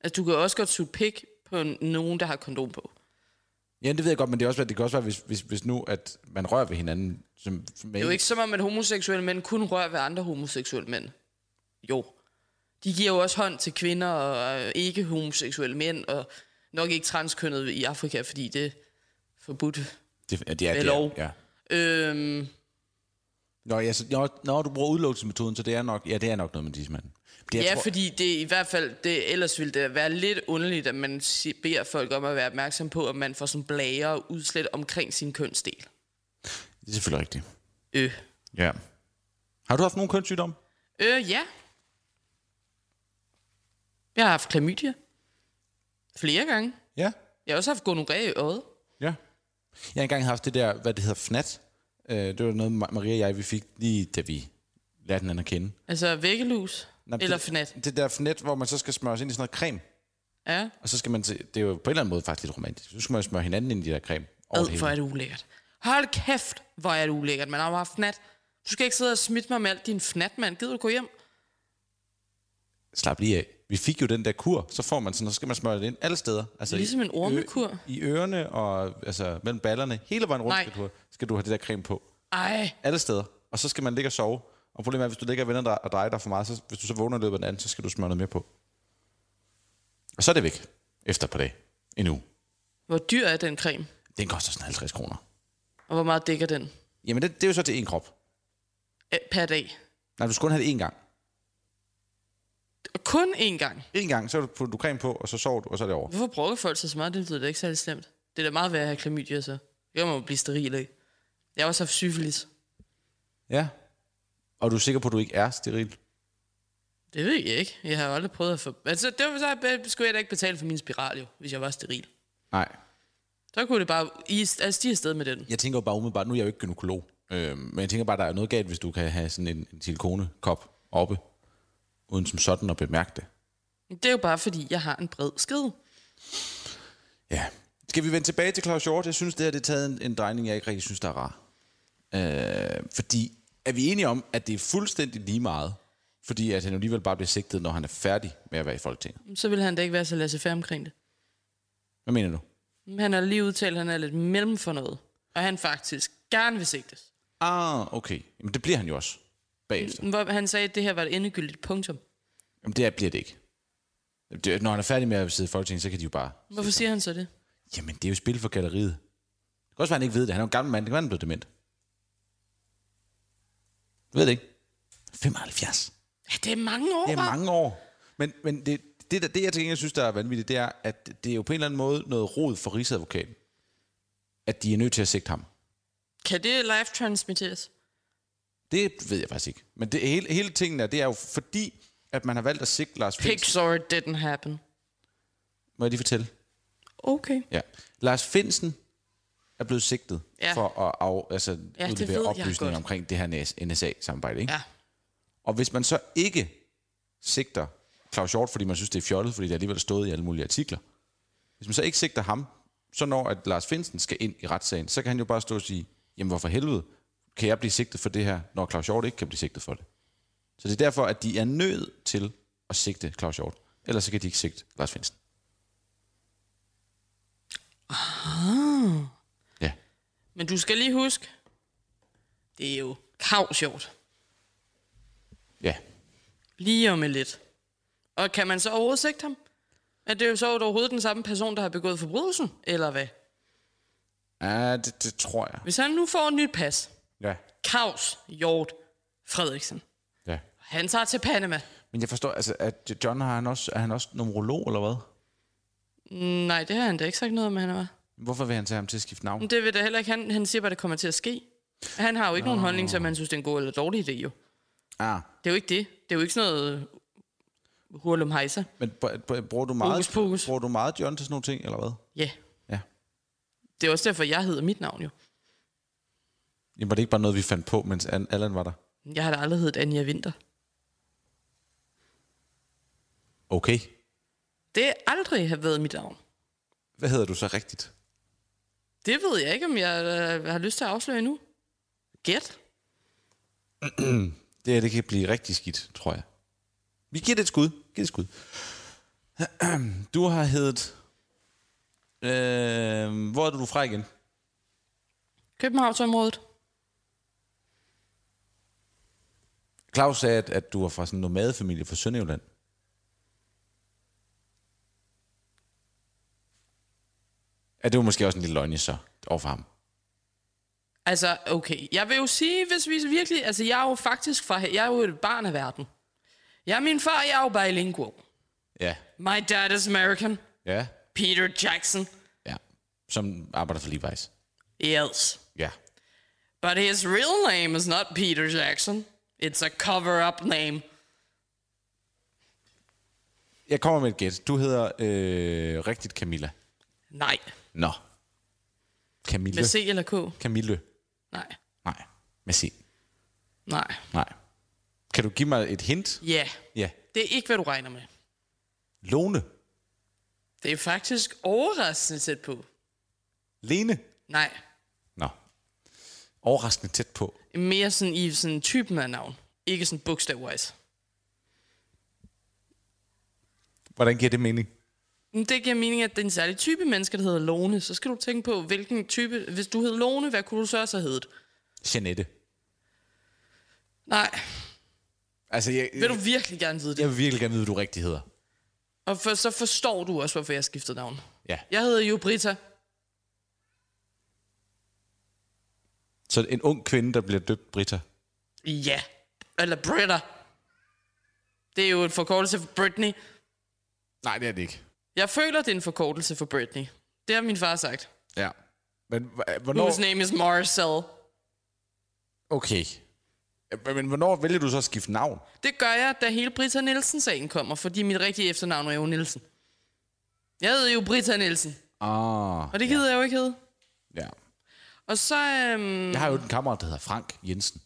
Speaker 2: Altså, du kan også godt suge pik på en- nogen, der har kondom på.
Speaker 1: Ja, det ved jeg godt, men det, er også, det kan også være, hvis, hvis, hvis nu at man rører ved hinanden. Som, som
Speaker 2: Det er jo ikke som om, at homoseksuelle mænd kun rører ved andre homoseksuelle mænd. Jo. De giver jo også hånd til kvinder og øh, ikke homoseksuelle mænd, og nok ikke transkønnet i Afrika, fordi det er forbudt.
Speaker 1: Det, ja, det er,
Speaker 2: Ved
Speaker 1: det
Speaker 2: lov.
Speaker 1: er, ja.
Speaker 2: Øhm,
Speaker 1: Nå, ja, så, når, når du bruger udelukkelsesmetoden, så det er nok, ja, det er nok noget med tidsmanden. Det, jeg
Speaker 2: ja,
Speaker 1: tror-
Speaker 2: fordi det er i hvert fald, det, ellers ville det være lidt underligt, at man si- beder folk om at være opmærksom på, at man får sådan blære udslet omkring sin kønsdel.
Speaker 1: Det er selvfølgelig rigtigt.
Speaker 2: Øh.
Speaker 1: Ja. Har du haft nogen kønssygdom?
Speaker 2: Øh, ja. Jeg har haft klamydia. Flere gange.
Speaker 1: Ja.
Speaker 2: Jeg har også haft gonoré i øjet.
Speaker 1: Ja. Jeg har engang haft det der, hvad det hedder, fnat. Øh, det var noget, Ma- Maria og jeg vi fik lige, da vi lærte hinanden at kende.
Speaker 2: Altså væggelus
Speaker 1: Nå,
Speaker 2: eller
Speaker 1: det,
Speaker 2: fnat.
Speaker 1: Det der fnat, hvor man så skal smøre sig ind i sådan noget creme.
Speaker 2: Ja.
Speaker 1: Og så skal man, se- det er jo på en eller anden måde faktisk lidt romantisk. Så skal man jo smøre hinanden ind i de der creme. Over det
Speaker 2: Ad, hvor
Speaker 1: hele.
Speaker 2: er det ulækkert. Hold kæft, hvor er det ulækkert. Man har jo haft fnat. Du skal ikke sidde og smitte mig med alt din fnat, mand. Gider du gå hjem?
Speaker 1: Slap lige af. Vi fik jo den der kur, så får man sådan, og så skal man smøre det ind alle steder. Altså
Speaker 2: Ligesom
Speaker 1: i-
Speaker 2: en ormekur.
Speaker 1: ø- I ørerne og altså, mellem ballerne. Hele vejen rundt
Speaker 2: Nej.
Speaker 1: skal du, have- skal du have det der creme på.
Speaker 2: Ej,
Speaker 1: alle steder, og så skal man ligge og sove. Og problemet er, hvis du ligger og vender dig og drejer dig for meget, så hvis du så vågner i løbet af natten, så skal du smøre noget mere på. Og så er det væk efter et par dage. En uge.
Speaker 2: hvor dyr er den creme?
Speaker 1: Den koster sådan 50 kroner.
Speaker 2: Og hvor meget dækker den
Speaker 1: Jamen, det, det er jo så til én krop.
Speaker 2: øh, per dag?
Speaker 1: Nej, du skal kun have det én gang.
Speaker 2: Og Kun én gang.
Speaker 1: En gang, så putter du creme på, og så sover du, og så er det over.
Speaker 2: Hvorfor brokker folk sig så meget? Det lyder da ikke særlig slemt. Det er da meget værd at have klamydia, så. Jeg må jo blive steril, ikke? Jeg har også haft syfilis.
Speaker 1: Ja. Og du er sikker på, at du ikke er steril?
Speaker 2: Det ved jeg ikke. Jeg har jo aldrig prøvet at få... Altså, det var, så skulle jeg da ikke betale for min spiral, jo, hvis jeg var steril.
Speaker 1: Nej.
Speaker 2: Så kunne det bare... I, altså, de er afsted med den.
Speaker 1: Jeg tænker jo bare umiddelbart, nu er jeg jo ikke gynekolog, øh, men jeg tænker bare, der er noget galt, hvis du kan have sådan en, en silikonekop oppe, uden som sådan at bemærke det.
Speaker 2: Det er jo bare, fordi jeg har en bred skid.
Speaker 1: Ja. Skal vi vende tilbage til Claus Hjort? Jeg synes, det her det er taget en, en drejning, jeg ikke rigtig synes, der er rar. Øh, fordi er vi enige om, at det er fuldstændig lige meget, fordi at han alligevel bare bliver sigtet, når han er færdig med at være i Folketinget?
Speaker 2: Så ville han da ikke være så lasse færd omkring det.
Speaker 1: Hvad mener du?
Speaker 2: Men Han har lige udtalt, at han er lidt mellem for noget. Og han faktisk gerne vil sigtes.
Speaker 1: Ah, okay. Jamen, det bliver han jo også bagefter.
Speaker 2: Hvor han sagde, at det her var et endegyldigt punktum.
Speaker 1: Jamen, det er- bliver det ikke. Det, når han er færdig med at sidde i Folketinget, så kan de jo bare...
Speaker 2: Hvorfor siger han så det?
Speaker 1: Jamen, det er jo spil for galleriet. Det kan også være, han ikke ved det. Han er jo en gammel mand. Det kan være, han er blevet dement. Jeg ved det ikke. 75.
Speaker 2: Ja, det er mange år.
Speaker 1: Det er mange år. Men, men det, det, der, det, jeg tænker, jeg synes, der er vanvittigt, det er, at det er jo på en eller anden måde noget rod for rigsadvokaten, at de er nødt til at sigte ham.
Speaker 2: Kan det live transmitteres?
Speaker 1: Det ved jeg faktisk ikke. Men det, hele, hele tingen der, det er jo fordi, at man har valgt at sigte Lars Finsen.
Speaker 2: Pixar didn't happen.
Speaker 1: Må jeg lige fortælle?
Speaker 2: Okay.
Speaker 1: Ja. Lars Finsen er blevet sigtet
Speaker 2: Ja.
Speaker 1: ja. for at af, altså,
Speaker 2: Ja,
Speaker 1: ja,
Speaker 2: det
Speaker 1: udlevere
Speaker 2: ved jeg
Speaker 1: oplysninger
Speaker 2: godt.
Speaker 1: omkring det her NSA-samarbejde. Ikke?
Speaker 2: Ja.
Speaker 1: Og hvis man så ikke sigter Claus Hjort, fordi man synes, det er fjollet, fordi det alligevel er stået i alle mulige artikler. Hvis man så ikke sigter ham, så når at Lars Finsen skal ind i retssagen, så kan han jo bare stå og sige, jamen hvorfor helvede kan jeg blive sigtet for det her, når Claus Hjort ikke kan blive sigtet for det. Så det er derfor, at de er nødt til at sigte Claus Hjort. Ellers så kan de ikke sigte Lars Finsen. Ah. Ja.
Speaker 2: Men du skal lige huske, det er jo kavsjovt.
Speaker 1: Ja.
Speaker 2: Lige om lidt. Og kan man så oversigte ham? Er det jo så overhovedet den samme person, der har begået forbrydelsen, eller hvad?
Speaker 1: Ja, Ah, det, det tror jeg.
Speaker 2: Hvis han nu får et nyt pas,
Speaker 1: Ja.
Speaker 2: Kaus Hjort Frederiksen,
Speaker 1: Ja.
Speaker 2: han tager til Panama.
Speaker 1: Men jeg forstår, altså, at John har han også, er han også numerolog, eller hvad?
Speaker 2: Nej, det har han da ikke sagt noget om, han var.
Speaker 1: Hvorfor vil han tage ham til at skifte navn?
Speaker 2: Men det vil da heller ikke, han, han siger bare, det kommer til at ske. Han har jo ikke nogen holdning til, om han synes, det er en god eller dårlig idé, jo.
Speaker 1: Ah,
Speaker 2: Det er jo ikke det. Det er jo ikke sådan noget Hurlum Heiser.
Speaker 1: Men br- br- bruger du meget,
Speaker 2: Hokus pokus.
Speaker 1: bruger du meget John til sådan nogle ting, eller hvad?
Speaker 2: Ja,
Speaker 1: Ja.
Speaker 2: det er også derfor, jeg hedder mit navn jo.
Speaker 1: Jamen, var det ikke bare noget, vi fandt på, mens An- Allan var der?
Speaker 2: Jeg har da aldrig heddet Anja Vinter.
Speaker 1: Okay.
Speaker 2: Det aldrig har været mit navn.
Speaker 1: Hvad hedder du så rigtigt?
Speaker 2: Det ved jeg ikke, om jeg øh, har lyst til at afsløre endnu. Gæt.
Speaker 1: Det her, det kan blive rigtig skidt, tror jeg. Vi giver det et skud. Giv det et skud. Du har heddet... Øh, hvor er du fra igen?
Speaker 2: Københavnsområdet.
Speaker 1: Claus sagde, at, at du var fra sådan en nomadefamilie fra Sønderjylland. Ja, det var måske også en lille løgne så, overfor ham.
Speaker 2: Altså, okay. Jeg vil jo sige, hvis vi virkelig... Altså, jeg er jo faktisk fra... Jeg er jo et barn af verden. Jeg er min far, jeg er jo bilingual.
Speaker 1: Ja.
Speaker 2: My dad is American.
Speaker 1: Ja.
Speaker 2: Peter Jackson.
Speaker 1: Ja. Som arbejder for Levi's.
Speaker 2: Yes.
Speaker 1: Ja.
Speaker 2: But his real name is not Peter Jackson. It's a cover-up name.
Speaker 1: Jeg kommer med et gæt. Du hedder øh, rigtigt Camilla.
Speaker 2: Nej.
Speaker 1: Nå. Camille.
Speaker 2: Med C eller K?
Speaker 1: Camille.
Speaker 2: Nej.
Speaker 1: Nej. Med C.
Speaker 2: Nej.
Speaker 1: Nej. Kan du give mig et hint?
Speaker 2: Ja.
Speaker 1: Ja.
Speaker 2: Det er ikke, hvad du regner med.
Speaker 1: Lone.
Speaker 2: Det er faktisk overraskende tæt på.
Speaker 1: Lene.
Speaker 2: Nej.
Speaker 1: Nå. Overraskende tæt på.
Speaker 2: Mere sådan i sådan typen af navn. Ikke sådan bogstavwise.
Speaker 1: Hvordan giver det mening?
Speaker 2: Men Det giver mening, at det er en særlig type mennesker, der hedder Lone. Så skal du tænke på, hvilken type... Hvis du hed Lone, hvad kunne du så også have heddet?
Speaker 1: Janette.
Speaker 2: Nej,
Speaker 1: Altså, jeg,
Speaker 2: vil du virkelig gerne vide det?
Speaker 1: jeg vil virkelig gerne vide, hvad du rigtig hedder.
Speaker 2: Og for, så forstår du også, hvorfor jeg skiftede navn.
Speaker 1: Ja.
Speaker 2: Jeg hedder jo Brita.
Speaker 1: Så en ung kvinde, der bliver døbt Britta.
Speaker 2: Ja. Eller Britta. Det er jo en forkortelse for Britney.
Speaker 1: Nej, det er det ikke.
Speaker 2: Jeg føler, det er en forkortelse for Britney. Det har min far sagt.
Speaker 1: Ja. Men h-
Speaker 2: Whose
Speaker 1: hvornår...
Speaker 2: name is Marcel.
Speaker 1: Okay. Men hvornår vælger du så at skifte navn?
Speaker 2: Det gør jeg, da hele Brita Nielsen-sagen kommer, fordi mit rigtige efternavn er jo Nielsen. Jeg hedder jo Brita Nielsen,
Speaker 1: Ah,
Speaker 2: og det gider ja. jeg jo ikke hedde.
Speaker 1: ja.
Speaker 2: Og så, øhm,
Speaker 1: Jeg har jo en kammerat, der hedder Frank Jensen.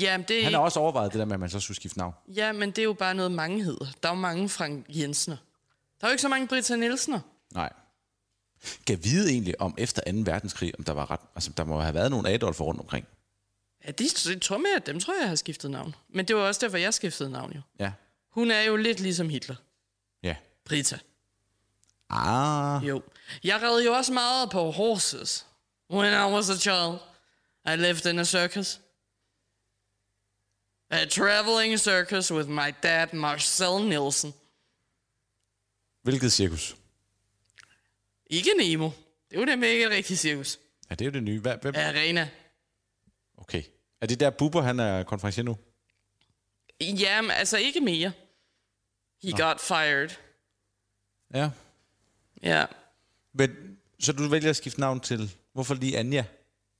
Speaker 2: ja, men det er
Speaker 1: Han
Speaker 2: ikke,
Speaker 1: har også overvejet det der med, at man så skulle skifte navn.
Speaker 2: ja, men det er jo bare noget mange hedder. Der er jo mange Frank Jensener. Der er jo ikke så mange Brita Nielsener.
Speaker 1: Nej. Kan vide egentlig om efter 2. verdenskrig, om der var ret... Altså, der må have været nogle Adolfer rundt omkring.
Speaker 2: Ja, de, de tror med, at dem tror jeg har skiftet navn. Men det var også derfor, jeg skiftede navn jo.
Speaker 1: Ja.
Speaker 2: Hun er jo lidt ligesom Hitler.
Speaker 1: Ja.
Speaker 2: Brita.
Speaker 1: Ah.
Speaker 2: Jo. Jeg red jo også meget på horses. When I was a child, I lived in a circus. A traveling circus with my dad, Marcel Nielsen.
Speaker 1: Hvilket cirkus?
Speaker 2: Ikke Nemo. Det er jo nemlig ikke et rigtigt cirkus.
Speaker 1: Ja, det er jo det nye. Hvad, hvem?
Speaker 2: Arena.
Speaker 1: Okay. Er det der Bubber, han er konferencier nu?
Speaker 2: Jamen, altså ikke mere. He Nå. got fired.
Speaker 1: Ja.
Speaker 2: Ja.
Speaker 1: Men, så du vælger at skifte navn til... Hvorfor lige Anja?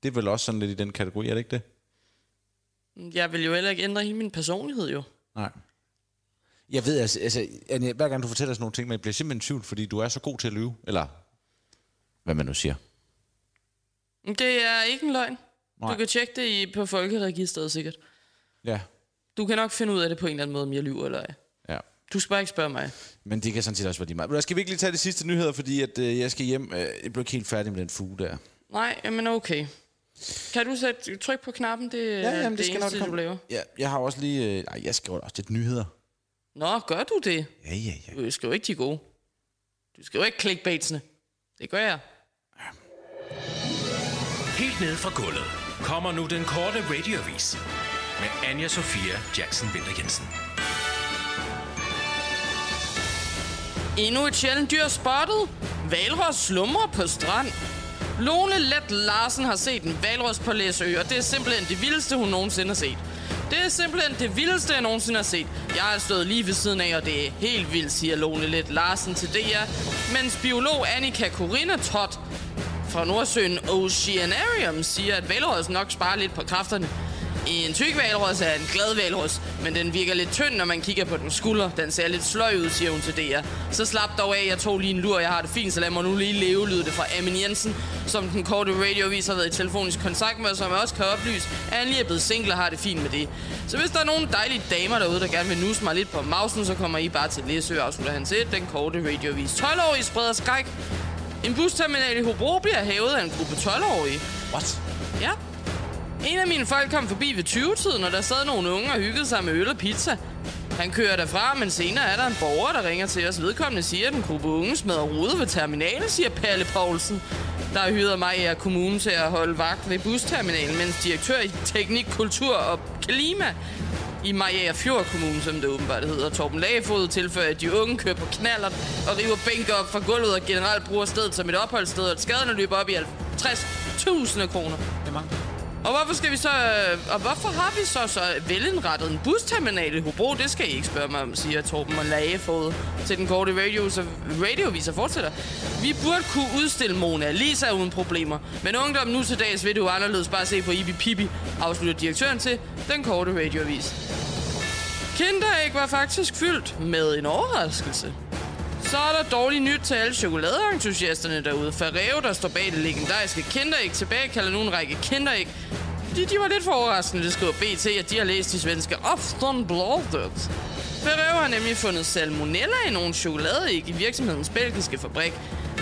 Speaker 1: Det er vel også sådan lidt i den kategori, er det ikke det?
Speaker 2: Jeg vil jo heller ikke ændre hele min personlighed, jo.
Speaker 1: Nej. Jeg ved, altså, altså Anja, hver gang du fortæller sådan nogle ting, man bliver simpelthen i tvivl, fordi du er så god til at lyve. Eller hvad man nu siger.
Speaker 2: Det er ikke en løgn. Nej.
Speaker 1: Nej.
Speaker 2: Du kan tjekke det i, på folkeregisteret sikkert.
Speaker 1: Ja.
Speaker 2: Du kan nok finde ud af det på en eller anden måde, om jeg lyver eller ej.
Speaker 1: Ja.
Speaker 2: Du skal bare ikke spørge mig.
Speaker 1: Men det kan sådan set også være lige meget. Men skal vi ikke lige tage de sidste nyheder, fordi at, øh, jeg skal hjem. Øh, jeg blev ikke helt færdig med den fuge der.
Speaker 2: Nej, men okay. Kan du sætte tryk på knappen? Det, ja, jamen, det, det eneste, du laver.
Speaker 1: Ja, jeg har også lige... Øh, nej, jeg skriver da også lidt nyheder.
Speaker 2: Nå, gør du det?
Speaker 1: Ja, ja, ja.
Speaker 2: Du skal jo ikke de gode. Du skal jo ikke clickbaitsene. Det gør jeg.
Speaker 3: Helt ned fra gulvet kommer nu den korte radiovis med Anja Sofia Jackson Vinter Jensen.
Speaker 2: Endnu et sjældent dyr spottet. Valros slumrer på strand. Lone Let Larsen har set en valros på Læsø, og det er simpelthen det vildeste, hun nogensinde har set. Det er simpelthen det vildeste, jeg nogensinde har set. Jeg har stået lige ved siden af, og det er helt vildt, siger Lone Let Larsen til DR. Mens biolog Annika Corina Tot fra Nordsøen Oceanarium siger, at valros nok sparer lidt på kræfterne. En tyk valros er en glad valros, men den virker lidt tynd, når man kigger på den skulder. Den ser lidt sløj ud, siger hun til DR. Så slap dog af, jeg tog lige en lur, jeg har det fint, så lad mig nu lige leve, lyder det fra Amin Jensen, som den korte radiovis har været i telefonisk kontakt med, og som også kan oplyse, at han lige er blevet single og har det fint med det. Så hvis der er nogle dejlige damer derude, der gerne vil nusse mig lidt på mausen, så kommer I bare til Læsø, afslutter han til den korte radiovis. 12-årige spreder skræk. En busterminal i Hobro bliver hævet af en gruppe 12-årige.
Speaker 1: What?
Speaker 2: Ja. En af mine folk kom forbi ved 20-tiden, og der sad nogle unge og hyggede sig med øl og pizza. Han kører derfra, men senere er der en borger, der ringer til os. Vedkommende siger, at en gruppe unge smadrer ruder ved terminalen, siger Palle Poulsen. Der har hyret mig af kommunen til at holde vagt ved busterminalen, mens direktør i teknik, kultur og klima i Majager Fjord Kommune, som det åbenbart hedder. Torben Lagefod tilføjer, at de unge kører på knallert og river bænker op fra gulvet og generelt bruger stedet som et opholdssted, og at skaderne løber op i 50.000 kroner. Og hvorfor skal vi så... øh, Og hvorfor har vi så så velindrettet en busterminal i Hobro? Det skal I ikke spørge mig om, siger Torben og Lagefod til den korte radio, så radioviser fortsætter. Vi burde kunne udstille Mona Lisa uden problemer. Men ungdom nu til dags vil du anderledes bare se på Ibi Pibi, afslutter direktøren til den korte radioavis. Kinderæg var faktisk fyldt med en overraskelse. Så er der dårligt nyt til alle chokoladeentusiasterne derude. Ferrero, der står bag det legendariske Kinderæg, tilbage kalder nu en række Kinderæg. De, de var lidt for overraskende, det skriver BT, at de har læst de svenske Aftonbladet. Ferrero har nemlig fundet salmonella i nogle chokoladeæg i virksomhedens belgiske fabrik.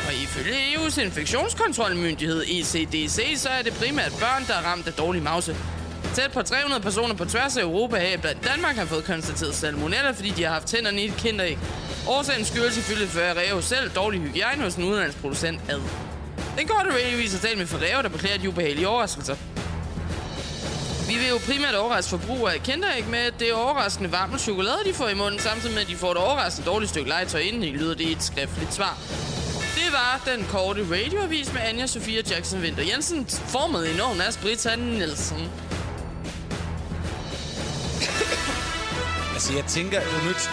Speaker 2: Og ifølge EU's infektionskontrolmyndighed E ECDC, så er det primært børn, der er ramt af dårlig mause. Tæt på 300 personer på tværs af Europa her blandt Danmark har fået konstateret salmonella, fordi de har haft tænderne i et kinderæg. Årsagen skyldes ifølge Ferrero selv dårlig hygiejne hos en udenlandsproducent ad. Den korte radiovis har talt med Ferrero, der beklager de ubehagelige overraskelser. Vi vil jo primært overraske forbrugere af kinderæg med, at det er overraskende varme chokolade, de får i munden, samtidig med, at de får et overraskende dårligt stykke legetøj indeni, lyder det i et skriftligt svar. Det var den korte radioavis med Anja Sofia Jackson Winter Jensen, formet i Norge af Britannia Nielsen.
Speaker 1: Altså, jeg tænker jo nyt...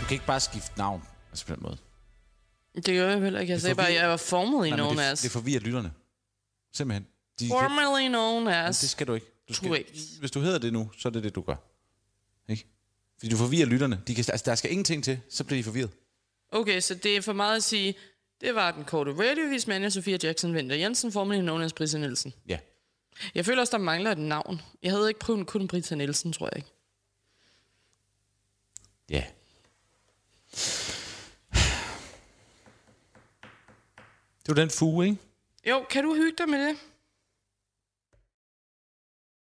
Speaker 1: Du kan ikke bare skifte navn, altså på den måde.
Speaker 2: Det gør jeg heller ikke. Jeg sagde bare, at
Speaker 1: forvirrer-
Speaker 2: jeg var formerly
Speaker 1: Nej, men
Speaker 2: known
Speaker 1: det,
Speaker 2: as.
Speaker 1: det forvirrer lytterne. Simpelthen. De,
Speaker 2: Formerly known
Speaker 1: det, det
Speaker 2: as.
Speaker 1: skal du ikke. Du skal,
Speaker 2: Turist.
Speaker 1: hvis du hedder det nu, så er det det, du gør. Ikke? Fordi du forvirrer lytterne. De kan, altså, der skal ingenting til, så bliver de forvirret.
Speaker 2: Okay, så det er for meget at sige. Det var den korte radiovis med Anja Sofia Jackson Winter Jensen, formerly known as Brita Nielsen.
Speaker 1: Ja.
Speaker 2: Jeg føler også, der mangler et navn. Jeg havde ikke prøvet kun Brita Nielsen, tror jeg ikke.
Speaker 1: Ja. Det var den fuge, ikke?
Speaker 2: Jo, kan du hygge dig med det?